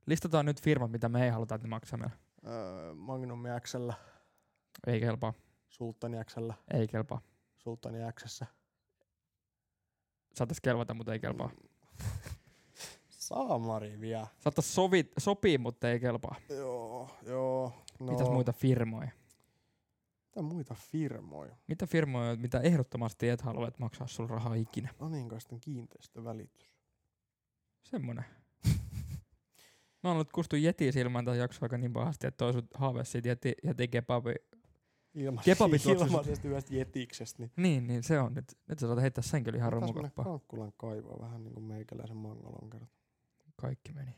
Speaker 2: listataan nyt firmat, mitä me ei haluta, että ne maksaa meille.
Speaker 1: öö, Magnum Xllä,
Speaker 2: Ei kelpaa,
Speaker 1: Sultani Xllä,
Speaker 2: ei kelpaa.
Speaker 1: Sultani Xssä.
Speaker 2: Saattaisi kelvata, mutta ei kelpaa.
Speaker 1: Saamari vielä.
Speaker 2: Saattaisi sovi, sopii, mutta ei kelpaa.
Speaker 1: Joo, joo. No,
Speaker 2: No. Mitäs muita firmoja?
Speaker 1: Mitä muita firmoja?
Speaker 2: Mitä firmoja, mitä ehdottomasti et halua, että maksaa sulla rahaa ikinä?
Speaker 1: No niin, kai sitten kiinteistövälitys.
Speaker 2: Semmonen. Mä oon ollut kustu jeti silmään tämän jakson aika niin pahasti, että toisut haave siitä jeti, jeti kebabi.
Speaker 1: Ilma-
Speaker 2: Kebabit tuoksuiset.
Speaker 1: ilmaisesti yhdestä jetiksestä. Niin.
Speaker 2: Niin, niin se on nyt. Nyt sä saat heittää sen kyllä ihan
Speaker 1: Pitäis mennä
Speaker 2: romukoppaan.
Speaker 1: Kankkulan kaivaa vähän niin kuin meikäläisen mangalon kerran.
Speaker 2: Kaikki meni.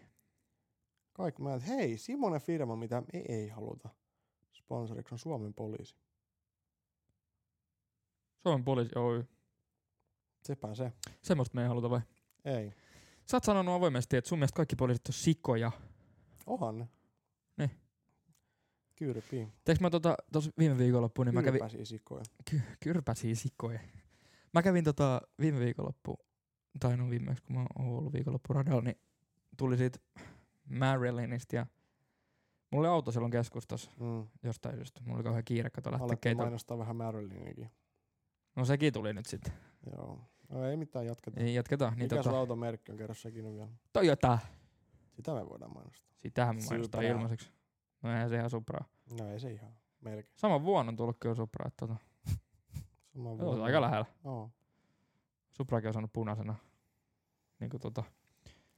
Speaker 1: Kaikki mä, että hei, Simonen firma, mitä me ei haluta sponsoriksi, on Suomen poliisi.
Speaker 2: Suomen poliisi Oy.
Speaker 1: Sepä se.
Speaker 2: Semmosta me ei haluta vai?
Speaker 1: Ei.
Speaker 2: Sä oot sanonut avoimesti, että sun mielestä kaikki poliisit on sikoja.
Speaker 1: Ohan ne.
Speaker 2: Niin.
Speaker 1: Kyrpii.
Speaker 2: Teekö mä tota, tos viime viikonloppuun, niin mä kävin
Speaker 1: Kyrpäsi sikoja.
Speaker 2: ky- kyrpäsiä sikoja. Mä kävin tota viime viikonloppu, tai no viimeksi kun mä oon ollut viikonloppu radalla, niin tuli siitä Marylandista ja mulla oli auto silloin keskustassa
Speaker 1: Mm.
Speaker 2: jostain syystä. Mulla oli kauhean kiire, kato lähteä
Speaker 1: Alettiin
Speaker 2: keitolle.
Speaker 1: mainostaa vähän Marylandinikin.
Speaker 2: No sekin tuli nyt sitten.
Speaker 1: Joo. No, ei mitään jatketa.
Speaker 2: Niin jatketaan. Niin
Speaker 1: Mikä tota...
Speaker 2: tota,
Speaker 1: sun auton merkki on? Kerro sekin nyt vielä.
Speaker 2: Toyota.
Speaker 1: Sitä me voidaan mainostaa.
Speaker 2: Sitähän mä mainostan
Speaker 1: Supra.
Speaker 2: ilmaiseksi. No eihän se ihan Supraa.
Speaker 1: No ei se ihan. Melkein.
Speaker 2: Saman vuonna on tullut kyllä Supra. Että tota,
Speaker 1: Sama
Speaker 2: se on aika lähellä.
Speaker 1: Joo.
Speaker 2: Suprakin on saanut punaisena. Niin kuin tota,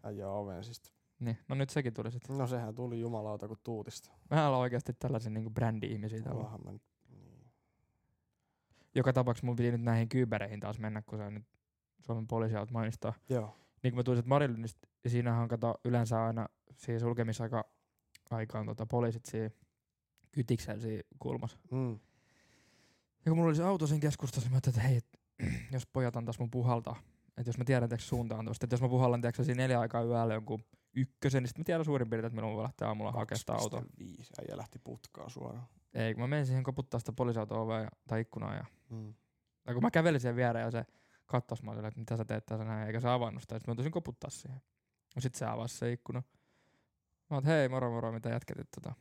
Speaker 1: Äijä oven siis.
Speaker 2: niin. No nyt sekin tuli sitten.
Speaker 1: No sehän tuli jumalauta kuin tuutista.
Speaker 2: Mä ollaan oikeasti tällaisia niin brändi-ihmisiä täällä.
Speaker 1: Ollaanhan me nyt. Niin.
Speaker 2: Joka tapauksessa mun piti nyt näihin kyybereihin taas mennä, kun sä nyt Suomen poliisiaut mainistaa.
Speaker 1: Joo.
Speaker 2: Niin kun mä tulisin Marilynistä, siinähän on kato yleensä aina siihen sulkemisaika aikaan tota, poliisit siinä kytiksen siinä kulmassa.
Speaker 1: Mm.
Speaker 2: Ja kun mulla oli se auto siinä keskustassa, niin mä ajattelin, että hei, et, jos pojat antais mun puhaltaa, että jos mä tiedän tiiäks, suuntaan tuosta, että jos mä puhallan tiiäks, siinä neljä aikaa yöllä jonkun ykkösen, niin sit mä tiedän suurin piirtein, että milloin mä voin lähteä aamulla hakemaan sitä autoa.
Speaker 1: 2,5. Äijä lähti putkaa suoraan.
Speaker 2: Ei, kun mä menin siihen koputtaa sitä poliisiautoa ovea ja- tai ikkunaa ja
Speaker 1: Mm.
Speaker 2: Tai kun mä kävelin sen viereen ja se kattos mä olin, että mitä sä teet tässä näin, eikä se avannut sitä. Sitten mä tosin koputtaa siihen. No sit se avasi se ikkuna. Mä oon, hei moro moro, mitä jätket, että tota.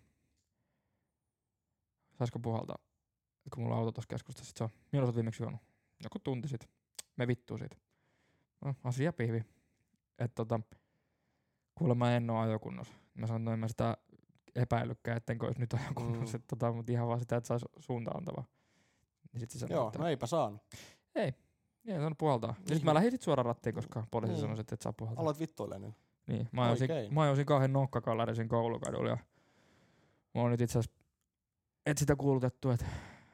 Speaker 2: Saisiko puhaltaa, Et kun mulla on auto tossa keskustassa. Sit se on, milloin sä oot viimeksi juonut? Joku tunti sit. Me vittuu siitä. No, asia pihvi. Että tota, kuule mä en oo ajokunnossa. Mä sanoin, että no en mä sitä epäillykään, ettenkö olisi nyt ajokunnossa.
Speaker 1: Mm.
Speaker 2: Mm. Tota, mutta ihan vaan sitä, että saisi suuntaan antavaa. Niin sit se sanoi,
Speaker 1: Joo,
Speaker 2: että-
Speaker 1: no eipä saanut.
Speaker 2: ei, se on puhaltaa. Niin.
Speaker 1: Niin.
Speaker 2: Sitten mä lähdin sit suoraan rattiin, koska poliisi
Speaker 1: Niin.
Speaker 2: niin. sanoi, että et saa puhaltaa.
Speaker 1: Aloit vittuilleen nyt.
Speaker 2: Niin, mä ajoin,
Speaker 1: Oikein.
Speaker 2: mä ajoin kauhean nokkakallarisin koulukadulla ja mä oon nyt itse asiassa, et sitä kuulutettu, että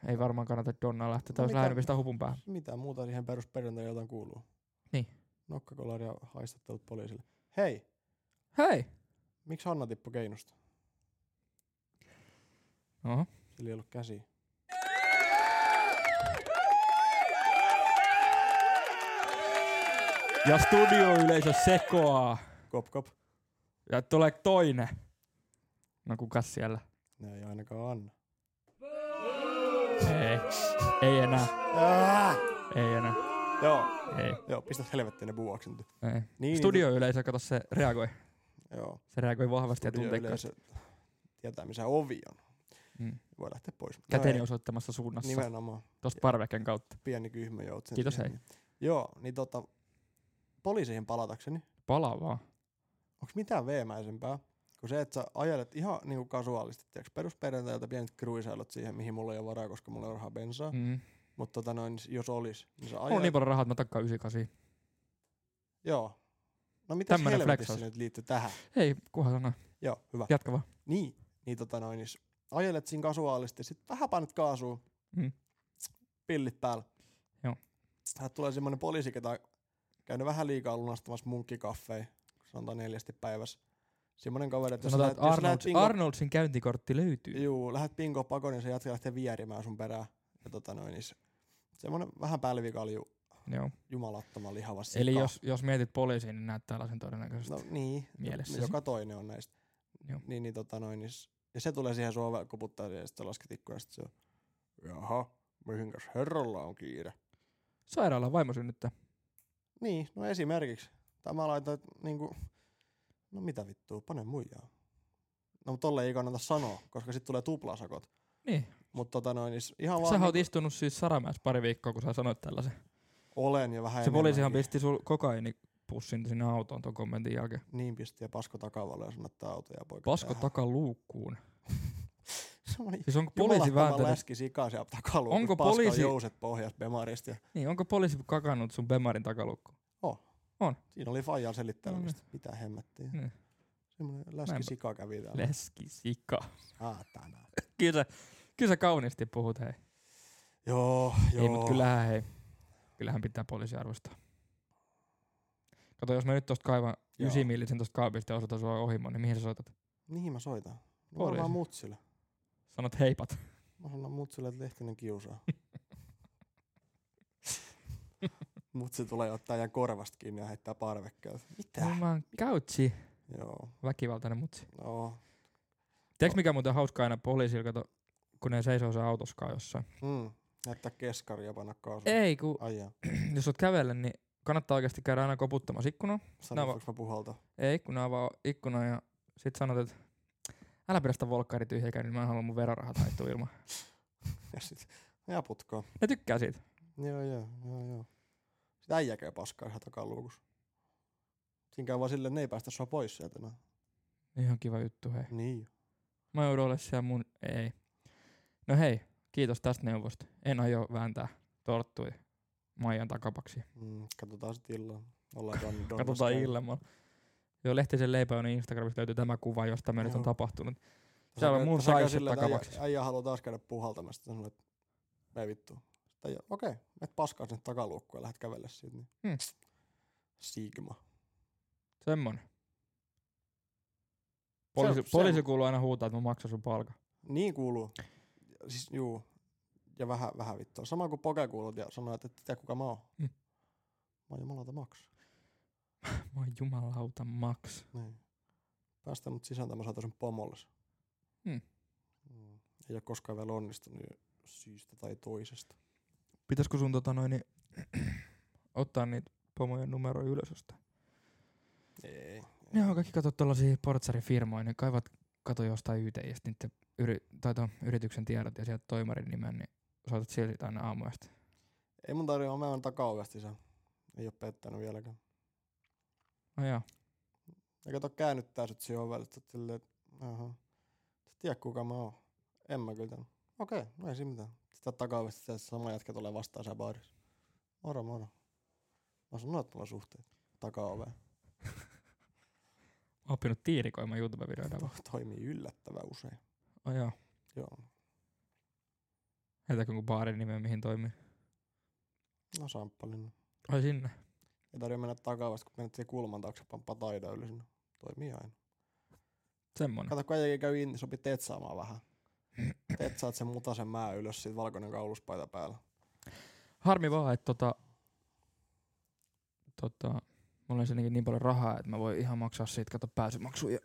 Speaker 2: ei varmaan kannata Donna lähteä.
Speaker 1: No
Speaker 2: Tää olisi
Speaker 1: mitä-
Speaker 2: lähdin pistää hupun päähän.
Speaker 1: Mitä muuta siihen perusperjantai jotain kuuluu?
Speaker 2: Ah. Niin.
Speaker 1: Nokkakolaria haistattelut poliisille. Hei,
Speaker 2: Hei!
Speaker 1: Miksi Hanna tippui keinusta?
Speaker 2: Oho.
Speaker 1: Sillä ei ollut käsiä.
Speaker 2: Ja studioyleisö sekoaa.
Speaker 1: Kop kop.
Speaker 2: Ja tulee toinen. No kukas siellä?
Speaker 1: Ne ei ainakaan anna.
Speaker 2: Ei. Ei enää.
Speaker 1: Ah!
Speaker 2: Ei enää.
Speaker 1: Joo,
Speaker 2: Ei.
Speaker 1: joo, pistä helvettiin ne buuaksi nyt.
Speaker 2: ei.
Speaker 1: Niin,
Speaker 2: Studioyleisö, kato se reagoi.
Speaker 1: Niin, joo.
Speaker 2: Se reagoi vahvasti ja tunteikkaasti.
Speaker 1: Studioyleisö tietää, missä ovi on.
Speaker 2: Mm.
Speaker 1: Voi lähteä pois. No
Speaker 2: Käteni
Speaker 1: ei,
Speaker 2: osoittamassa suunnassa.
Speaker 1: Nimenomaan.
Speaker 2: Tuosta parvekkeen kautta.
Speaker 1: Pieni kyhmä joutsen.
Speaker 2: Kiitos,
Speaker 1: siihen. Joo, niin tota, poliisiin palatakseni.
Speaker 2: Palaa vaan.
Speaker 1: Onko mitään veemäisempää kuin se, että sä ajelet ihan niinku kasuaalisti, tiiäks, perusperjantailta pienet kruisailut siihen, mihin mulla ei ole varaa, koska mulla ei ole rahaa bensaa. Mm.
Speaker 2: Mm.
Speaker 1: Mutta tota noin, jos olis, niin sä
Speaker 2: Mulla
Speaker 1: ajelet.
Speaker 2: on niin paljon rahaa, että mä takkaan 98.
Speaker 1: Joo. No mitäs
Speaker 2: Tämmönen
Speaker 1: helvetissä
Speaker 2: flexaus. nyt
Speaker 1: nyt liittyy tähän?
Speaker 2: Ei, kuhan sanoa.
Speaker 1: Joo, hyvä.
Speaker 2: Jatka vaan.
Speaker 1: Niin, niin tota noin, niin s- ajelet siinä kasuaalisti, sit vähän panet kaasua,
Speaker 2: Mm.
Speaker 1: pillit päällä.
Speaker 2: Joo.
Speaker 1: Tähän tulee semmonen poliisi, ketä on käynyt vähän liikaa lunastamassa munkkikaffeja, sanotaan neljästi päivässä. Semmonen kaveri, että jos sä
Speaker 2: Sanotaan,
Speaker 1: lähet,
Speaker 2: että
Speaker 1: jos sä lähet
Speaker 2: Arnolds,
Speaker 1: pinko,
Speaker 2: Arnoldsin käyntikortti löytyy.
Speaker 1: juu, lähet pinko pakoon, niin se jatka lähtee vierimään sun perään. Ja tota noin, niin s- semmonen vähän pälvikalju,
Speaker 2: Joo.
Speaker 1: jumalattoman lihava sika.
Speaker 2: Eli jos, jos mietit poliisiin, niin näet tällaisen todennäköisesti.
Speaker 1: No niin,
Speaker 2: mielessäsi.
Speaker 1: joka toinen on näistä.
Speaker 2: Joo.
Speaker 1: Niin, niin, tota noin, niin, s- ja se tulee siihen sua oveen koputtaa ja sitten lasket ikkuja ja sit se on, jaha, mihinkäs herralla on kiire.
Speaker 2: Sairaalan vaimo synnyttää.
Speaker 1: Niin, no esimerkiksi. Tai mä laitan, että niinku, no mitä vittua, pane muijaa. No mut tolle ei kannata sanoa, koska sit tulee tuplasakot.
Speaker 2: Niin.
Speaker 1: Mut tota noin, niin s- ihan
Speaker 2: Sä
Speaker 1: vaan
Speaker 2: oot
Speaker 1: niinku,
Speaker 2: istunut siis Saramäessä pari viikkoa, kun sä sanoit tällaisen.
Speaker 1: olen ja vähän
Speaker 2: Se poliisihan
Speaker 1: enemmänkin.
Speaker 2: pisti sul kokainipussin sinne autoon ton kommentin jälkeen.
Speaker 1: Niin pisti ja pasko takavalle ja sanoi, että autoja poika.
Speaker 2: Pasko
Speaker 1: takavalle.
Speaker 2: takaluukkuun.
Speaker 1: Semmoinen
Speaker 2: Siis onko poliisi
Speaker 1: jumalattoman
Speaker 2: vääntänyt,
Speaker 1: läski sikaa siellä takaluun,
Speaker 2: Onko
Speaker 1: kun paska
Speaker 2: poliisi-
Speaker 1: on jouset pohjassa bemarista. Ja
Speaker 2: niin, onko poliisi kakannut sun Bemarin takaluukkuun?
Speaker 1: Siinä oli Fajan selittelemistä.
Speaker 2: No
Speaker 1: Mitä hemmettiä.
Speaker 2: Niin.
Speaker 1: Semmoinen
Speaker 2: Näinpä.
Speaker 1: läski sika kävi täällä.
Speaker 2: Leski sika.
Speaker 1: Saatana.
Speaker 2: Kyllä, sä- kyllä sä kauniisti puhut, hei.
Speaker 1: Joo, joo.
Speaker 2: Ei, mutta kyllähän hei, kyllähän pitää poliisi arvostaa. Kato, jos mä nyt tosta kaivan
Speaker 1: Joo.
Speaker 2: 9 millisen tosta kaapista ja osoitan sua ohimoon, niin mihin sä soitat?
Speaker 1: Niihin mä soitan. No
Speaker 2: Poliisi.
Speaker 1: varmaan mutsille.
Speaker 2: Sanot heipat.
Speaker 1: Mä sanon mutsille, että Lehtinen kiusaa. Mutsi tulee ottaa ja korvasta kiinni ja heittää parvekkeelta. Mitä?
Speaker 2: No, mä oon couchi.
Speaker 1: Joo.
Speaker 2: Väkivaltainen mutsi.
Speaker 1: No.
Speaker 2: Tiedätkö mikä muuten on hauska aina poliisilla, kato, kun ne seisoo se autoskaan jossain?
Speaker 1: Mm. Jättää keskari ja panna kaasua.
Speaker 2: Ei, kun
Speaker 1: Ai jaa.
Speaker 2: jos oot kävellä, niin kannattaa oikeasti käydä aina koputtamassa ikkunaa.
Speaker 1: Sanotaanko
Speaker 2: No,
Speaker 1: mä puhalta?
Speaker 2: Ei ikkuna avaa ikkuna ja sit sanot, että älä pidä sitä volkkari tyhjäkään, niin mä en halua mun verorahat haittua ilman.
Speaker 1: Ja sit ja putkoon.
Speaker 2: Ne tykkää siitä.
Speaker 1: Joo, joo, joo, joo. Sitä äijä käy paskaa ihan takaluukus. Siinä käy vaan silleen, ne ei päästä sua pois sieltä. No.
Speaker 2: Ihan kiva juttu, hei.
Speaker 1: Niin.
Speaker 2: Mä joudun olemaan siellä mun... Ei. No hei, kiitos tästä neuvosta. En aio vääntää torttui Maijan takapaksi.
Speaker 1: Mm, katsotaan sit illalla. Ollaan Don, don
Speaker 2: Katsotaan illalla. Joo, Lehtisen leipä on Instagramissa löytyy tämä kuva, josta me nyt on
Speaker 1: Joo.
Speaker 2: tapahtunut. Siellä on mun saisi takapakissa.
Speaker 1: Äijä, äijä haluaa taas käydä puhaltamassa. Sitten sanoo, että ei vittu. Sitten äijä, okei, okay, et paskaa sinne takaluukkuun ja lähdet kävellä siitä. Niin.
Speaker 2: Hmm.
Speaker 1: Sigma.
Speaker 2: Semmonen. Poliisi,
Speaker 1: se-
Speaker 2: poliisi kuuluu aina huutaa, että mä maksan sun palkan.
Speaker 1: Niin kuuluu. Ja Siis juu. Ja vähän, vähän vittua. Sama kuin poke kuulut ja sanoo, että et tiedä kuka mä oon.
Speaker 2: Hmm.
Speaker 1: Mä oon jumalata maksu.
Speaker 2: Mä oon jumalauta maks.
Speaker 1: Niin. Päästä mut sisään tai mä saatan sen pomolles.
Speaker 2: Hmm.
Speaker 1: Mm. Ei ole koskaan vielä onnistunut jo syystä tai toisesta.
Speaker 2: Pitäisikö sun tota noin, niin, ottaa niitä pomojen numeroja ylös jostain?
Speaker 1: Ei.
Speaker 2: Ne on kaikki kato tällaisia portsarin firmoja, ne kaivat kato jostain YTIstä niiden niin yri, tai ton yrityksen tiedot ja sieltä toimarin nimen, niin soitat silti aina aamuista.
Speaker 1: Ei mun tarjoa, mä menen takaovesta sisään. Ei oo pettänyt vieläkään.
Speaker 2: No joo,
Speaker 1: Ja kato käännyttää sut siihen ovelle, että oot silleen, että aha. Et tiedä kuka mä oon. En mä kyllä tiennyt. Okei, no ei siinä mitään. Sitä takaovesta se sama jätkä tulee vastaan siellä baarissa. Moro, moro. Mä sanoin, että mulla on suhteet. Takaoveen.
Speaker 2: Mä oon oppinut tiirikoimaan YouTube-videoiden avulla.
Speaker 1: To- toimii yllättävän usein.
Speaker 2: No joo,
Speaker 1: Joo.
Speaker 2: heitäkö kun baarin nimen mihin toimii?
Speaker 1: No samppalin.
Speaker 2: Ai sinne.
Speaker 1: Ei tarvitse mennä takavasta, kun menet siihen kulman taakse, pamppaa taida yli sinne. Toimii aina.
Speaker 2: Semmonen.
Speaker 1: Kato, kun äijäkin käy in, sopi tetsaamaan vähän. Tetsaat sen mutasen mää ylös, siitä valkoinen kauluspaita päällä.
Speaker 2: Harmi vaan, että tota, tota, mulla on senkin niin paljon rahaa, että mä voin ihan maksaa siitä, kato pääsymaksuja.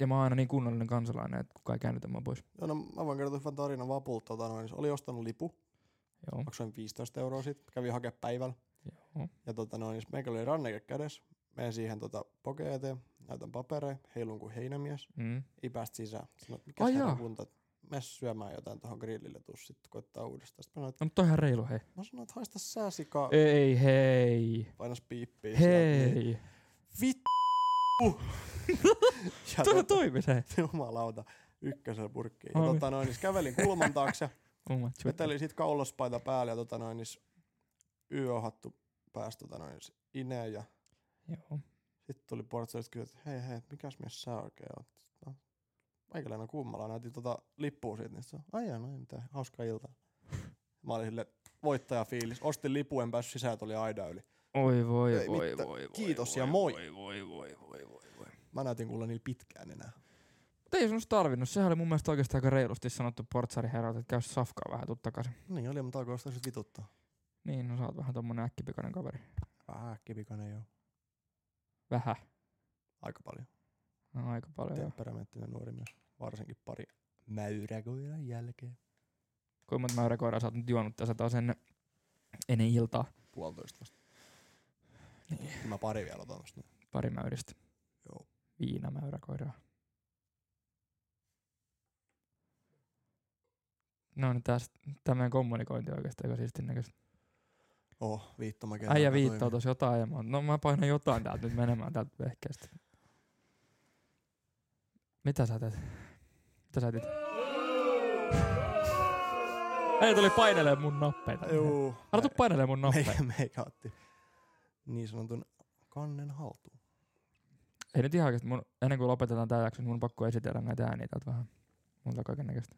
Speaker 2: Ja mä oon aina niin kunnollinen kansalainen, että kukaan ei käännytä mua pois.
Speaker 1: Joo, no, mä voin kertoa hyvän tarinan vapulta. Tota, noin, se oli ostanut lipu,
Speaker 2: Joo.
Speaker 1: maksoin 15 euroa sit, kävi hakea päivällä.
Speaker 2: Joo.
Speaker 1: Ja tota, noin, niin meikä oli ranneke kädessä, menen siihen tota, pokeen eteen, näytän papereen, heilun kuin heinämies.
Speaker 2: Mm.
Speaker 1: Ei päästä sisään. Sanoin, mikä
Speaker 2: Ai
Speaker 1: se
Speaker 2: jaa.
Speaker 1: kunta, mene syömään jotain tuohon grillille, tuu sitten koittaa uudestaan. Sitten mä sanoin,
Speaker 2: No mutta on ihan reilu, hei.
Speaker 1: että- mä sanoin, että haista sää sikaa,
Speaker 2: Ei, hei.
Speaker 1: painas piippiin. sieltä, niin
Speaker 2: Hei.
Speaker 1: Vittu! ja
Speaker 2: Tuo
Speaker 1: tota,
Speaker 2: toimi se.
Speaker 1: jumalauta, ykkösellä purkkiin. Ja
Speaker 2: Ai.
Speaker 1: tota noin, niin kävelin kulman taakse,
Speaker 2: Oh my God.
Speaker 1: vetelin sit kaulaspaita päälle ja tota noin, niin yöhattu pääsi tota noin, niin ineen ja
Speaker 2: Joo.
Speaker 1: sitten tuli portsarit kysyä, että hei hei, mikäs mies sä oikein oot? No, meikäläinen kummalla näytin tota lippua siitä, niin se on, ai jaa, no ei mitään, hauskaa iltaa. Mä olin sille voittajafiilis, ostin lipu, en päässyt sisään, tuli aida yli.
Speaker 2: Oi voi,
Speaker 1: Ei
Speaker 2: voi, voi,
Speaker 1: mitään.
Speaker 2: voi,
Speaker 1: Kiitos
Speaker 2: voi,
Speaker 1: ja moi.
Speaker 2: Voi, voi, voi, voi, voi, voi.
Speaker 1: Mä näytin kuulla niillä pitkään enää.
Speaker 2: Mutta ei sun olisi tarvinnut. Sehän oli mun mielestä oikeastaan aika reilusti sanottu portsariherrat, että käy safkaa vähän tuu takaisin.
Speaker 1: Niin oli, mutta alkoi ostaa sit vituttaa.
Speaker 2: Niin, no sä oot vähän tommonen äkkipikainen kaveri.
Speaker 1: Vähän äkkipikainen joo.
Speaker 2: Vähän.
Speaker 1: Aika paljon.
Speaker 2: No aika paljon joo.
Speaker 1: Temperamenttinen nuori mies. Varsinkin pari mäyräkoiran jälkeen.
Speaker 2: Kuinka monta mäyräkoiraa sä oot nyt juonut tässä taas ennen, ennen iltaa?
Speaker 1: Puolitoista vasta.
Speaker 2: Niin.
Speaker 1: Kyllä Mä pari vielä otan tosta. näin.
Speaker 2: Pari mäyristä.
Speaker 1: Joo.
Speaker 2: Viinamäyräkoiraa. No niin, tästä, tämä meidän kommunikointi on oikeastaan aika siistin näköistä.
Speaker 1: Oh, viittoma
Speaker 2: Äijä viittaa tuossa jotain ja mä oon, no mä painan jotain täältä nyt menemään täältä vehkeestä. Mitä sä teet? Mitä sä teet? Ei tuli painelee mun nappeita.
Speaker 1: Joo.
Speaker 2: Älä tuu painelee mun nappeita.
Speaker 1: Meikä, meikä otti niin sanotun kannen haltuun.
Speaker 2: Ei nyt ihan oikeesti, mun, ennen kuin lopetetaan tää jakso, niin mun on pakko esitellä näitä ääniä täältä vähän. Mulla on kaiken näköistä.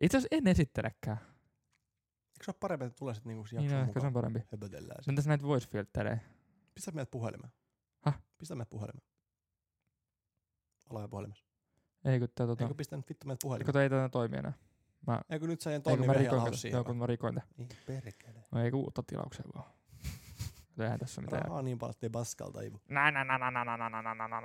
Speaker 2: Itse asiassa en esittelekään.
Speaker 1: Eikö se ole parempi, että tulee sit niinku se
Speaker 2: Niin
Speaker 1: jakson
Speaker 2: no,
Speaker 1: niin,
Speaker 2: ehkä se
Speaker 1: mukaan?
Speaker 2: on parempi.
Speaker 1: Höpötellään sit.
Speaker 2: Sen tässä näitä voice filterejä.
Speaker 1: Pistä meidät puhelimeen.
Speaker 2: Häh?
Speaker 1: Pistä meidät puhelimeen. Ala ja puhelimessa.
Speaker 2: Ei kun tää
Speaker 1: Eikö
Speaker 2: tota...
Speaker 1: pistänyt vittu meidät puhelimeen?
Speaker 2: Kato, ei tää toimi enää. Mä,
Speaker 1: Eikö nyt sä en
Speaker 2: ei
Speaker 1: toimi
Speaker 2: kun mä
Speaker 1: vehjällä
Speaker 2: rikoin
Speaker 1: halus
Speaker 2: tätä. Joo,
Speaker 1: siihen?
Speaker 2: kun mä rikoin tätä.
Speaker 1: Niin perkele.
Speaker 2: No ei kun uutta tilaukseen vaan. Mutta Eihän tässä ole mitään.
Speaker 1: Rahaa niin paljon, ettei paskalta ivu.
Speaker 2: Nä, nä, nä, nä, nä, nä, nä, nä, nä, nä, nä,